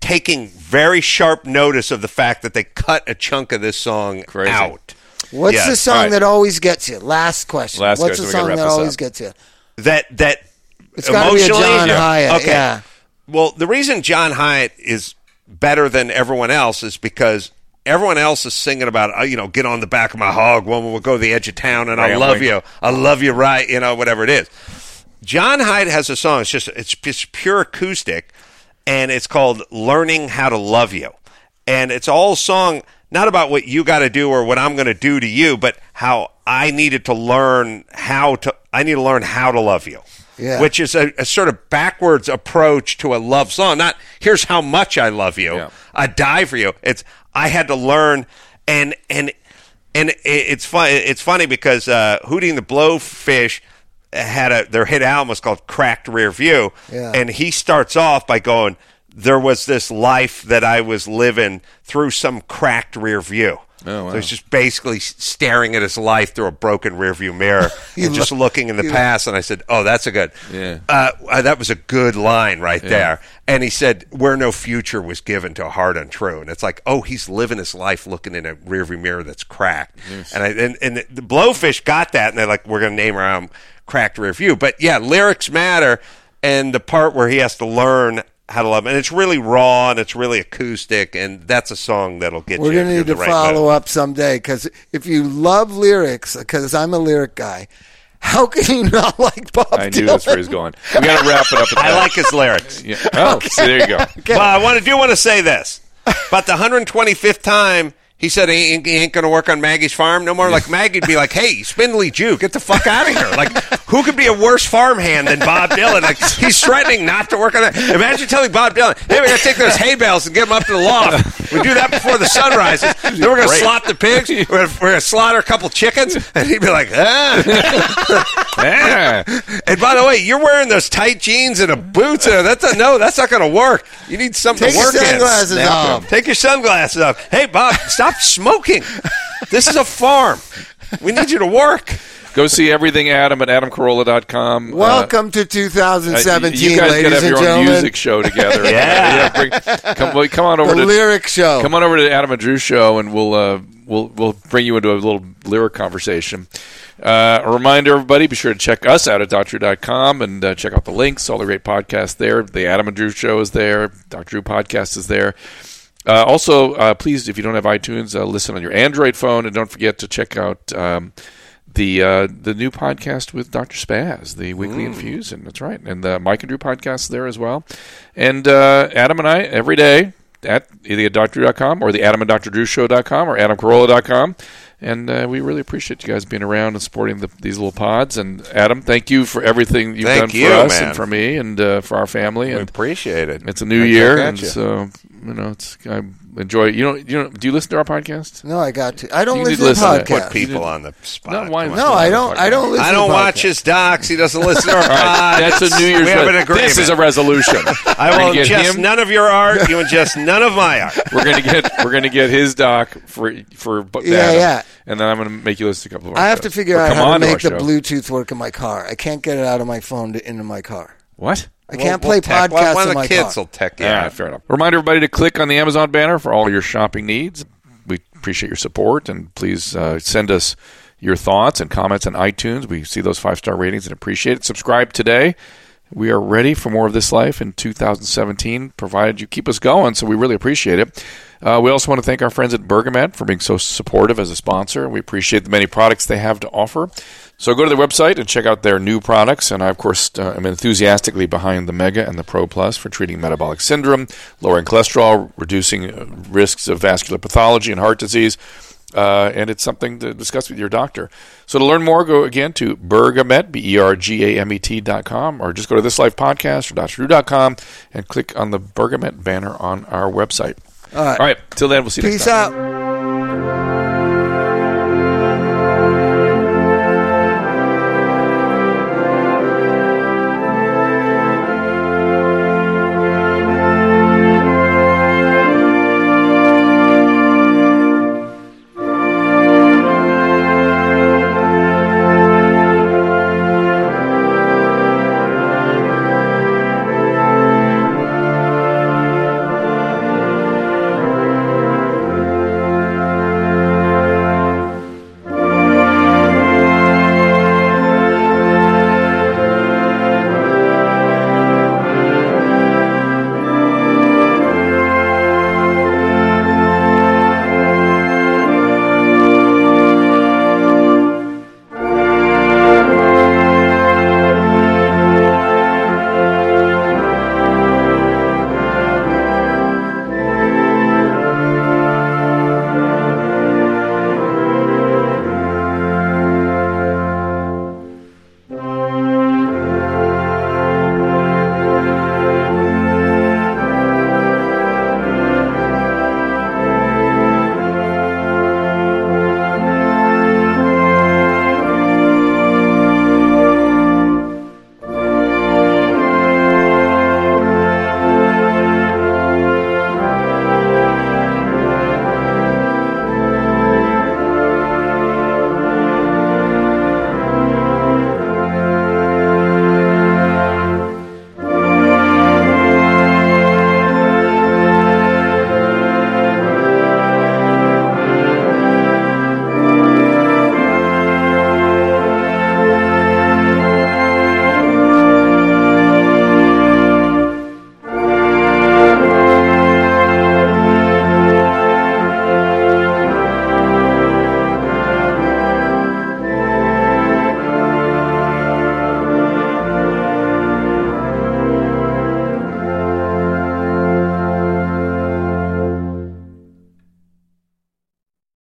Taking very sharp notice of the fact that they cut a chunk of this song
Crazy.
out.
What's
Yes.
the song
All right.
that always gets you? Last question.
Last
What's
question.
the
We gotta
song
wrap
that
this
always
up.
gets you?
that that
It's gotta be a
emotionally-
John Hyatt,
Okay.
yeah.
Well, the reason John Hyatt is better than everyone else is because everyone else is singing about uh, you know get on the back of my hog woman we'll go to the edge of town and I
Rambling.
love you I love you right you know whatever it is. John Hyatt has a song it's just it's just pure acoustic and it's called Learning How to Love You. And it's all song not about what you got to do or what I'm going to do to you but how I needed to learn how to I need to learn how to love you
Yeah.
which is a, a sort of backwards approach to a love song. Not here's how much I love you,
Yeah.
I die for you. It's I had to learn, and and and it- it's fun. It's funny because uh, Hooting the Blowfish had a their hit album was called Cracked Rear View,
Yeah.
and he starts off by going, "There was this life that I was living through some cracked rear view."
Oh, wow.
So he's just basically s- staring at his life through a broken rearview mirror and just looking in the past. And I said, "Oh, that's a good.
Yeah.
Uh, uh, that was a good line right there." And he said, "Where no future was given to a heart untrue." And it's like, "Oh, he's living his life looking in a rearview mirror that's cracked." And I and, and the Blowfish got that, and they're like, "We're going to name her um, Cracked Rearview." But yeah, lyrics matter, and the part where he has to learn. How to love, and it's really raw and it's really acoustic, and that's a song that'll get
We're
you.
going to need to follow up someday because if you love lyrics, because I'm a lyric guy, how can you not like Bob
I knew that's where he's going. We got to wrap it up. At
I
that.
like his lyrics.
Yeah. Oh, so there you go.
Well, I want to do want to say this. About the 125th time, he said he ain't, he ain't going to work on Maggie's farm no more. Like Maggie'd be like, "Hey, spindly Jew, get the fuck out of here!" Like, who could be a worse farmhand than Bob Dylan? Like, he's threatening not to work on that. Imagine telling Bob Dylan, "Hey, we're going to take those hay bales and get them up to the loft. We do that before the sun rises. Then we're going to slot the pigs. We're going to, we're going to slaughter a couple chickens." And he'd be like, "Ah."
Yeah.
And by the way, you're wearing those tight jeans and a boots. And that's a, no, that's not going to work. You need something
Take
to
your
work in.
sunglasses
Snap
off.
them. Take your sunglasses off. Hey, Bob, stop smoking. This is a farm. We need you to work.
Go see everything Adam at adamcarolla.com. Uh,
Welcome to
uh,
2017,
you guys
ladies
gotta have
and
your own
gentlemen.
music show together. yeah. bring, come, well, come on over
the
to
lyric show.
Come on over to the Adam and Drew show, and we'll uh, we'll we'll bring you into a little lyric conversation. Uh, a reminder, everybody, be sure to check us out at drdrew.com and uh, check out the links. All the great podcasts there. The Adam and Drew show is there. Dr. Drew podcast is there. Uh, also, uh, please, if you don't have iTunes, uh, listen on your Android phone, and don't forget to check out. Um, the uh, the new podcast with Dr. Spaz, the
Mm.
Weekly Infusion. That's right, and the Mike and Drew podcast there as well. And uh, Adam and I every day at either at drdrew.com or the Adam and Dr. Drew Show.com or AdamCarolla.com. And uh, we really appreciate you guys being around and supporting the, these little pods. And Adam, thank you for everything you've
Thank
done
you,
for us
man.
and for me and uh, for our family. And
appreciate it.
it's a new year, and so you know, it's I'm enjoy. You don't. You don't. Do you listen to our podcast?
No, I got to. I don't
You
listen
need
to
to listen to that.
podcasts.
Put people on the spot.
Not wine.
Come on.
No, I don't. I don't listen.
I don't
to
watch
podcasts.
his docs. He doesn't listen to our
All right,
pods.
that's a New Year's.
We have an
re-
agreement.
This is a resolution.
I
We're
will
gonna get
ingest
him-
none of your art. You ingest none of my art.
We're gonna get. We're gonna get his doc for for.
Yeah, yeah.
And then I'm gonna make you listen to a couple of. Our
I have
shows.
to figure
Or
out
come
how to
on our
make the
show.
Bluetooth work in my car. I can't get it out of my phone to into my car.
What?
I can't
We'll
play
tech-
podcasts
One
in
of the
my
kids
car.
will tech you
Yeah,
out.
fair enough. Remind everybody to click on the Amazon banner for all your shopping needs. We appreciate your support, and please uh, send us your thoughts and comments on iTunes. We see those five star ratings and appreciate it. Subscribe today. We are ready for more of this life in 2017, provided you keep us going. So we really appreciate it. Uh, we also want to thank our friends at Bergamet for being so supportive as a sponsor. We appreciate the many products they have to offer. So go to their website and check out their new products. And I, of course, uh, am enthusiastically behind the Mega and the Pro Plus for treating metabolic syndrome, lowering cholesterol, reducing uh, risks of vascular pathology and heart disease. Uh, and it's something to discuss with your doctor. So to learn more, go again to Bergamet, E B-E-R-G-A-M-E-T dot com, or just go to This Life Podcast or DrDrew.com and click on the Bergamet banner on our website.
All right.
All right. Till then, we'll see you next
Peace
time.
out.